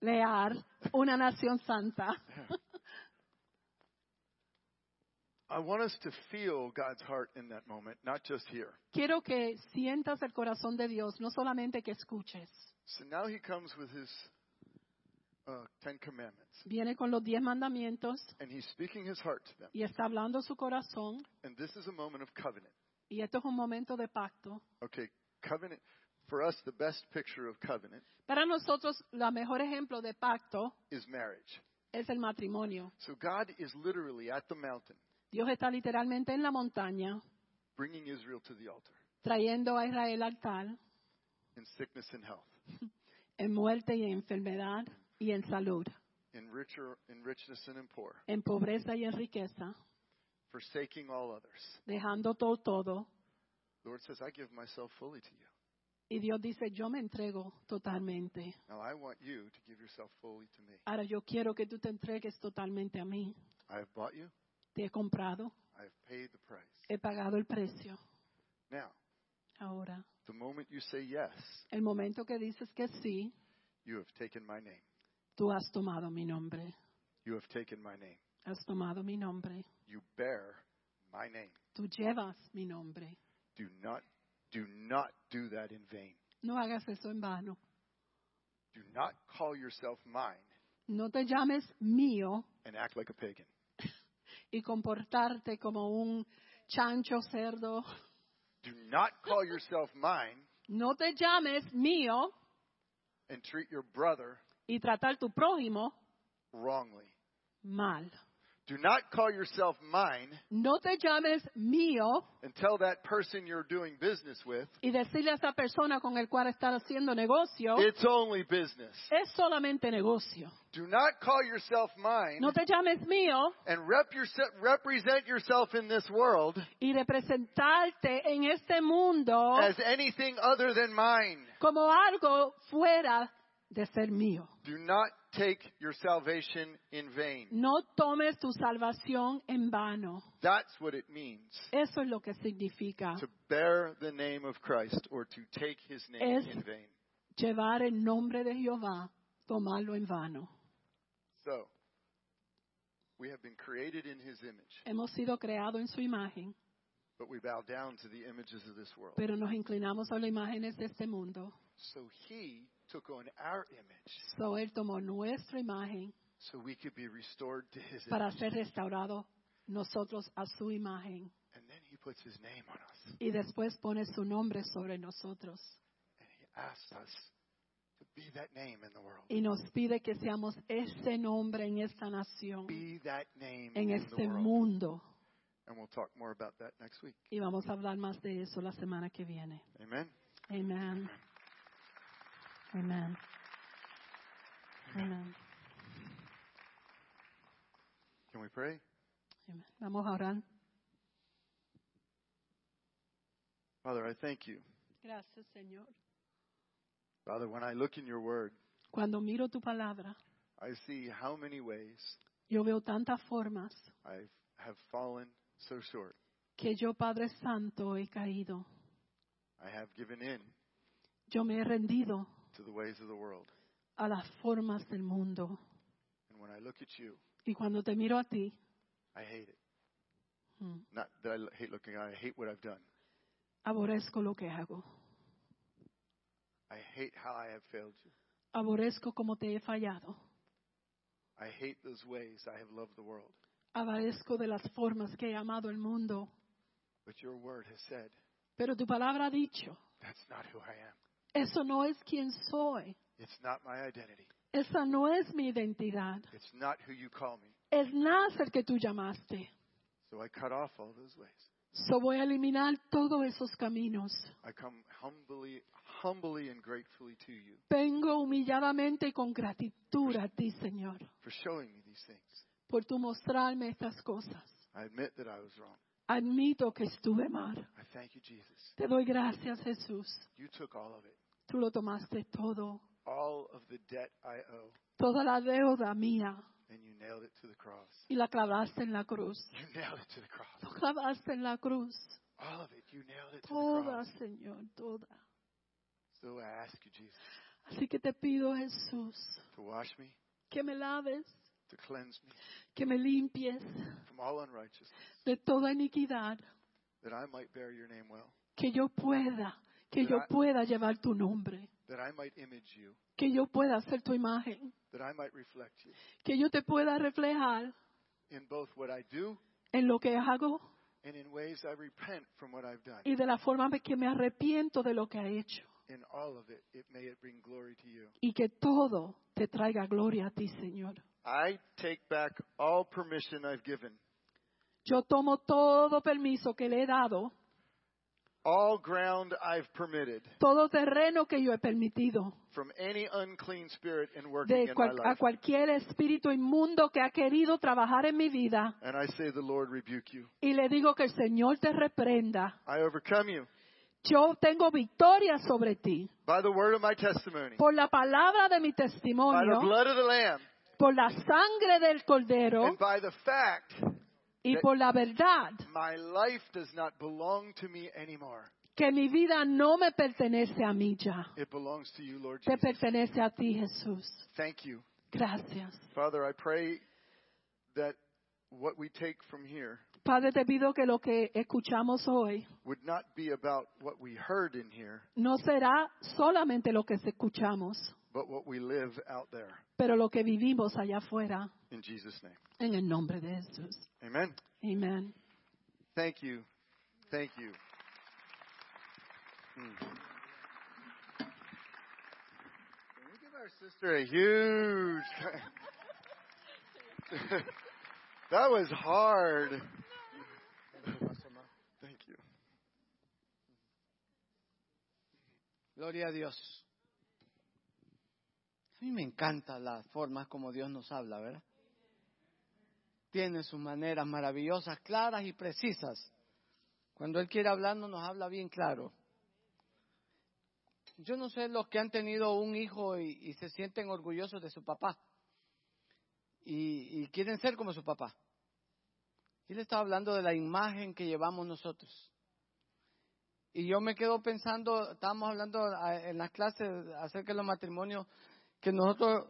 Speaker 1: leal, una nación santa.
Speaker 6: I want us to feel God's heart in that moment, not just here.
Speaker 1: Quiero que sientas el corazón de Dios, no solamente que escuches.
Speaker 6: So now he comes with his uh, Ten Commandments,
Speaker 1: Viene con los diez mandamientos
Speaker 6: and he's speaking his heart to them.
Speaker 1: y está hablando su corazón.
Speaker 6: And this is a moment of covenant.
Speaker 1: Y esto es un momento de pacto.
Speaker 6: Okay, covenant, for us, the best picture of covenant
Speaker 1: Para nosotros, el mejor ejemplo de pacto
Speaker 6: is marriage.
Speaker 1: es el matrimonio.
Speaker 6: So God is literally at the mountain,
Speaker 1: Dios está literalmente en la montaña,
Speaker 6: bringing Israel to the altar
Speaker 1: trayendo a Israel al tal,
Speaker 6: in sickness and health.
Speaker 1: en muerte y en enfermedad y en salud,
Speaker 6: in richer in richness and in poor,
Speaker 1: en pobreza y en riqueza,
Speaker 6: forsaking all others.
Speaker 1: dejando todo, todo
Speaker 6: The Lord says, I give myself fully to you.
Speaker 1: Y Dios dice, yo me entrego totalmente.
Speaker 6: Now I want you to give yourself fully to me.
Speaker 1: Ahora yo quiero que tú te entregues totalmente a mí.
Speaker 6: I have bought you,
Speaker 1: Te he comprado,
Speaker 6: I have paid the price.
Speaker 1: he pagado el precio.
Speaker 6: Now,
Speaker 1: Ahora,
Speaker 6: the moment you say yes,
Speaker 1: el momento que dices que sí,
Speaker 6: you have taken my name.
Speaker 1: tú has tomado mi nombre.
Speaker 6: You have taken my name.
Speaker 1: Has tomado mi nombre.
Speaker 6: You bear my name.
Speaker 1: Tú llevas mi nombre.
Speaker 6: Do not do not do that in vain.
Speaker 1: No hagas eso en vano.
Speaker 6: Do not call yourself mine
Speaker 1: No te llames mío
Speaker 6: and act like a pagan.
Speaker 1: y comportarte como un chancho cerdo.
Speaker 6: Do not call yourself mine
Speaker 1: No te llames mío
Speaker 6: and treat your brother
Speaker 1: y tratar tu prójimo
Speaker 6: wrongly.
Speaker 1: mal.
Speaker 6: Do not call yourself mine
Speaker 1: No te llames mío
Speaker 6: and tell that person you're doing business with,
Speaker 1: y decirle a esa persona con el cual estás haciendo negocio,
Speaker 6: it's only business.
Speaker 1: es solamente negocio.
Speaker 6: Do not call yourself mine
Speaker 1: No te llames mío
Speaker 6: and rep your, represent yourself in this world
Speaker 1: y representarte en este mundo
Speaker 6: as anything other than mine.
Speaker 1: como algo fuera de ser mío.
Speaker 6: Do not take your salvation in vain.
Speaker 1: No tomes tu salvación en vano.
Speaker 6: That's what it means
Speaker 1: Eso es lo que significa
Speaker 6: to bear the name of Christ or to take his name
Speaker 1: Es-
Speaker 6: in vain.
Speaker 1: llevar el nombre de Jehová, tomarlo en vano.
Speaker 6: So, we have been created in his image,
Speaker 1: Hemos sido creados en su imagen,
Speaker 6: but we bow down to the images of this world.
Speaker 1: pero nos inclinamos a las imágenes de este mundo.
Speaker 6: So he took on our image
Speaker 1: So Él tomó nuestra imagen
Speaker 6: so we could be restored to his
Speaker 1: para
Speaker 6: image.
Speaker 1: ser restaurados nosotros a su imagen.
Speaker 6: And then he puts his name on us.
Speaker 1: Y después pone su nombre sobre nosotros.
Speaker 6: And he asks us to Be that name in the world.
Speaker 1: y nos pide que seamos ese nombre en esta nación,
Speaker 6: Be that name
Speaker 1: en
Speaker 6: in the
Speaker 1: este
Speaker 6: world.
Speaker 1: mundo.
Speaker 6: And we'll talk more about that next week.
Speaker 1: Y vamos a hablar más de eso la semana que viene.
Speaker 6: Amen.
Speaker 1: Amén. Amén. Amén.
Speaker 6: Can we pray?
Speaker 1: Amén. Vamos a orar.
Speaker 6: Father, I thank you.
Speaker 1: Gracias, Señor.
Speaker 6: Father, when I look in your word,
Speaker 1: Cuando miro tu palabra,
Speaker 6: I see how many ways
Speaker 1: yo veo tantas formas
Speaker 6: I have fallen so short.
Speaker 1: que yo, Padre Santo, he caído.
Speaker 6: I have given in
Speaker 1: Yo me he rendido
Speaker 6: to the ways of the world.
Speaker 1: a las formas del mundo.
Speaker 6: And when I look at you,
Speaker 1: Y cuando te miro a ti,
Speaker 6: I hate it.
Speaker 1: mm,
Speaker 6: Not that I l- hate looking at it, I hate what I've done.
Speaker 1: aborrezco lo que hago.
Speaker 6: I hate how I have failed you.
Speaker 1: Aborrezco como te he fallado.
Speaker 6: I hate those ways I have loved the world.
Speaker 1: Aborrezco de las formas que he amado el mundo.
Speaker 6: But your word has said,
Speaker 1: Pero tu palabra ha dicho,
Speaker 6: that's not who I am.
Speaker 1: eso no es quien soy.
Speaker 6: It's not my identity.
Speaker 1: Esa no es mi identidad.
Speaker 6: It's not who you call me.
Speaker 1: Es nada el que tú llamaste.
Speaker 6: So I cut off all those ways.
Speaker 1: So voy a eliminar todos esos caminos.
Speaker 6: I come humbly, humbly and gratefully to you
Speaker 1: Vengo humilladamente y con gratitud a ti, Señor,
Speaker 6: for showing me these things.
Speaker 1: por tu mostrarme estas cosas.
Speaker 6: I admit that I was wrong.
Speaker 1: Admito que estuve mal.
Speaker 6: I thank you, Jesus.
Speaker 1: Te doy gracias, Jesús.
Speaker 6: You took all of it,
Speaker 1: Tú lo tomaste todo,
Speaker 6: all of the debt I owe,
Speaker 1: toda la deuda mía,
Speaker 6: and you nailed it to the cross.
Speaker 1: y la clavaste en la cruz.
Speaker 6: You nailed it to the
Speaker 1: Lo
Speaker 6: cross.
Speaker 1: clavaste en la cruz.
Speaker 6: All of it. You nailed it to the
Speaker 1: Toda,
Speaker 6: cross.
Speaker 1: Señor, toda.
Speaker 6: So I ask you, Jesus,
Speaker 1: Así que te pido, Jesús,
Speaker 6: to wash me,
Speaker 1: que me laves,
Speaker 6: to cleanse me
Speaker 1: que me limpies
Speaker 6: from all unrighteousness,
Speaker 1: de toda iniquidad,
Speaker 6: that I might bear your name well,
Speaker 1: que yo pueda, que yo pueda llevar tu nombre,
Speaker 6: that I might image you,
Speaker 1: que yo pueda hacer tu imagen,
Speaker 6: that I might reflect you
Speaker 1: que yo te pueda reflejar
Speaker 6: in both what I do
Speaker 1: en lo que hago
Speaker 6: and in ways I repent from what I've done.
Speaker 1: y de la forma en que me arrepiento de lo que he hecho.
Speaker 6: In all of it, it may it bring glory to you.
Speaker 1: y que todo te traiga gloria a ti, Señor.
Speaker 6: I take back all permission I've given,
Speaker 1: Yo tomo todo permiso que le he dado,
Speaker 6: all ground I've permitted
Speaker 1: todo terreno que yo he permitido
Speaker 6: from any unclean spirit and working
Speaker 1: de
Speaker 6: in my
Speaker 1: cual- a
Speaker 6: life.
Speaker 1: cualquier espíritu inmundo que ha querido trabajar en mi vida
Speaker 6: And I say, The Lord rebuke you.
Speaker 1: y le digo que el Señor te reprenda.
Speaker 6: I overcome you
Speaker 1: Yo tengo victoria sobre ti
Speaker 6: by the word of my testimony,
Speaker 1: por la palabra de mi
Speaker 6: by the
Speaker 1: testimonio,
Speaker 6: blood of the Lamb,
Speaker 1: por la sangre del cordero
Speaker 6: and by the fact
Speaker 1: y por la verdad
Speaker 6: my life does not belong to me anymore.
Speaker 1: que mi vida no me pertenece a mí ya,
Speaker 6: It belongs to you, Lord
Speaker 1: te
Speaker 6: Jesus.
Speaker 1: pertenece a ti, Jesús.
Speaker 6: Thank you.
Speaker 1: Gracias.
Speaker 6: Father, I pray that what we take from here
Speaker 1: Padre, te pido que lo que escuchamos hoy
Speaker 6: would not be about what we heard in here,
Speaker 1: no será solamente lo que escuchamos,
Speaker 6: but what we live out there.
Speaker 1: pero lo que vivimos allá afuera,
Speaker 6: In Jesus' name.
Speaker 1: en el nombre de Jesús.
Speaker 6: Amen.
Speaker 1: Amén.
Speaker 6: Thank you. Thank you. Mm. Can we give our sister a huge. that was hard. Thank you.
Speaker 3: Gloria a Dios. A mí me encantan las formas como Dios nos habla, ¿verdad? Tiene sus maneras maravillosas, claras y precisas. Cuando Él quiere hablarnos, nos habla bien claro. Yo no sé los que han tenido un hijo y, y se sienten orgullosos de su papá y, y quieren ser como su papá. Él está hablando de la imagen que llevamos nosotros. Y yo me quedo pensando, estábamos hablando a- en las clases acerca de los matrimonios, que nosotros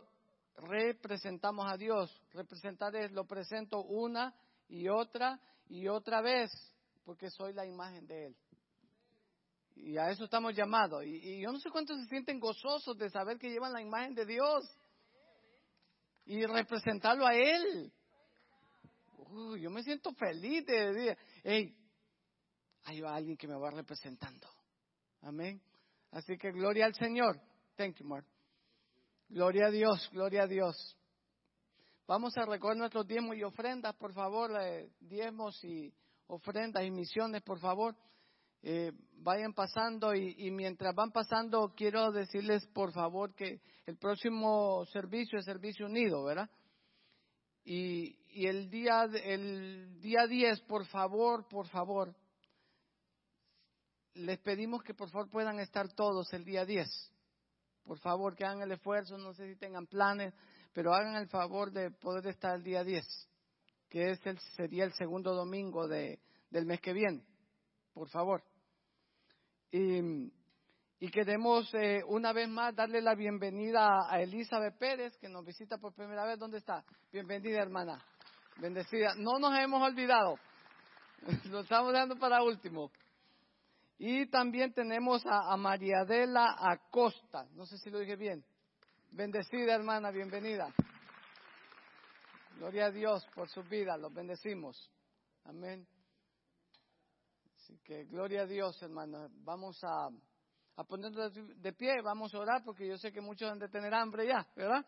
Speaker 3: representamos a Dios. Representar es, lo presento una y otra y otra vez, porque soy la imagen de Él. Y a eso estamos llamados. Y, y yo no sé cuántos se sienten gozosos de saber que llevan la imagen de Dios y representarlo a Él. Uy, yo me siento feliz de decir, hey, hay alguien que me va representando. Amén. Así que gloria al Señor. Thank you, Mark. Gloria a Dios, gloria a Dios. Vamos a recoger nuestros diezmos y ofrendas, por favor, eh, diezmos y ofrendas y misiones, por favor. Eh, vayan pasando y, y mientras van pasando quiero decirles, por favor, que el próximo servicio es Servicio Unido, ¿verdad? Y, y el, día, el día 10, por favor, por favor, les pedimos que por favor puedan estar todos el día 10. Por favor, que hagan el esfuerzo, no sé si tengan planes, pero hagan el favor de poder estar el día 10, que es el, sería el segundo domingo de, del mes que viene. Por favor. Y, y queremos eh, una vez más darle la bienvenida a Elizabeth Pérez, que nos visita por primera vez. ¿Dónde está? Bienvenida, hermana. Bendecida. No nos hemos olvidado. Lo estamos dando para último. Y también tenemos a, a Mariadela Acosta. No sé si lo dije bien. Bendecida, hermana, bienvenida. Gloria a Dios por su vida, los bendecimos. Amén. Así que gloria a Dios, hermano. Vamos a, a ponernos de pie, vamos a orar porque yo sé que muchos han de tener hambre ya, ¿verdad?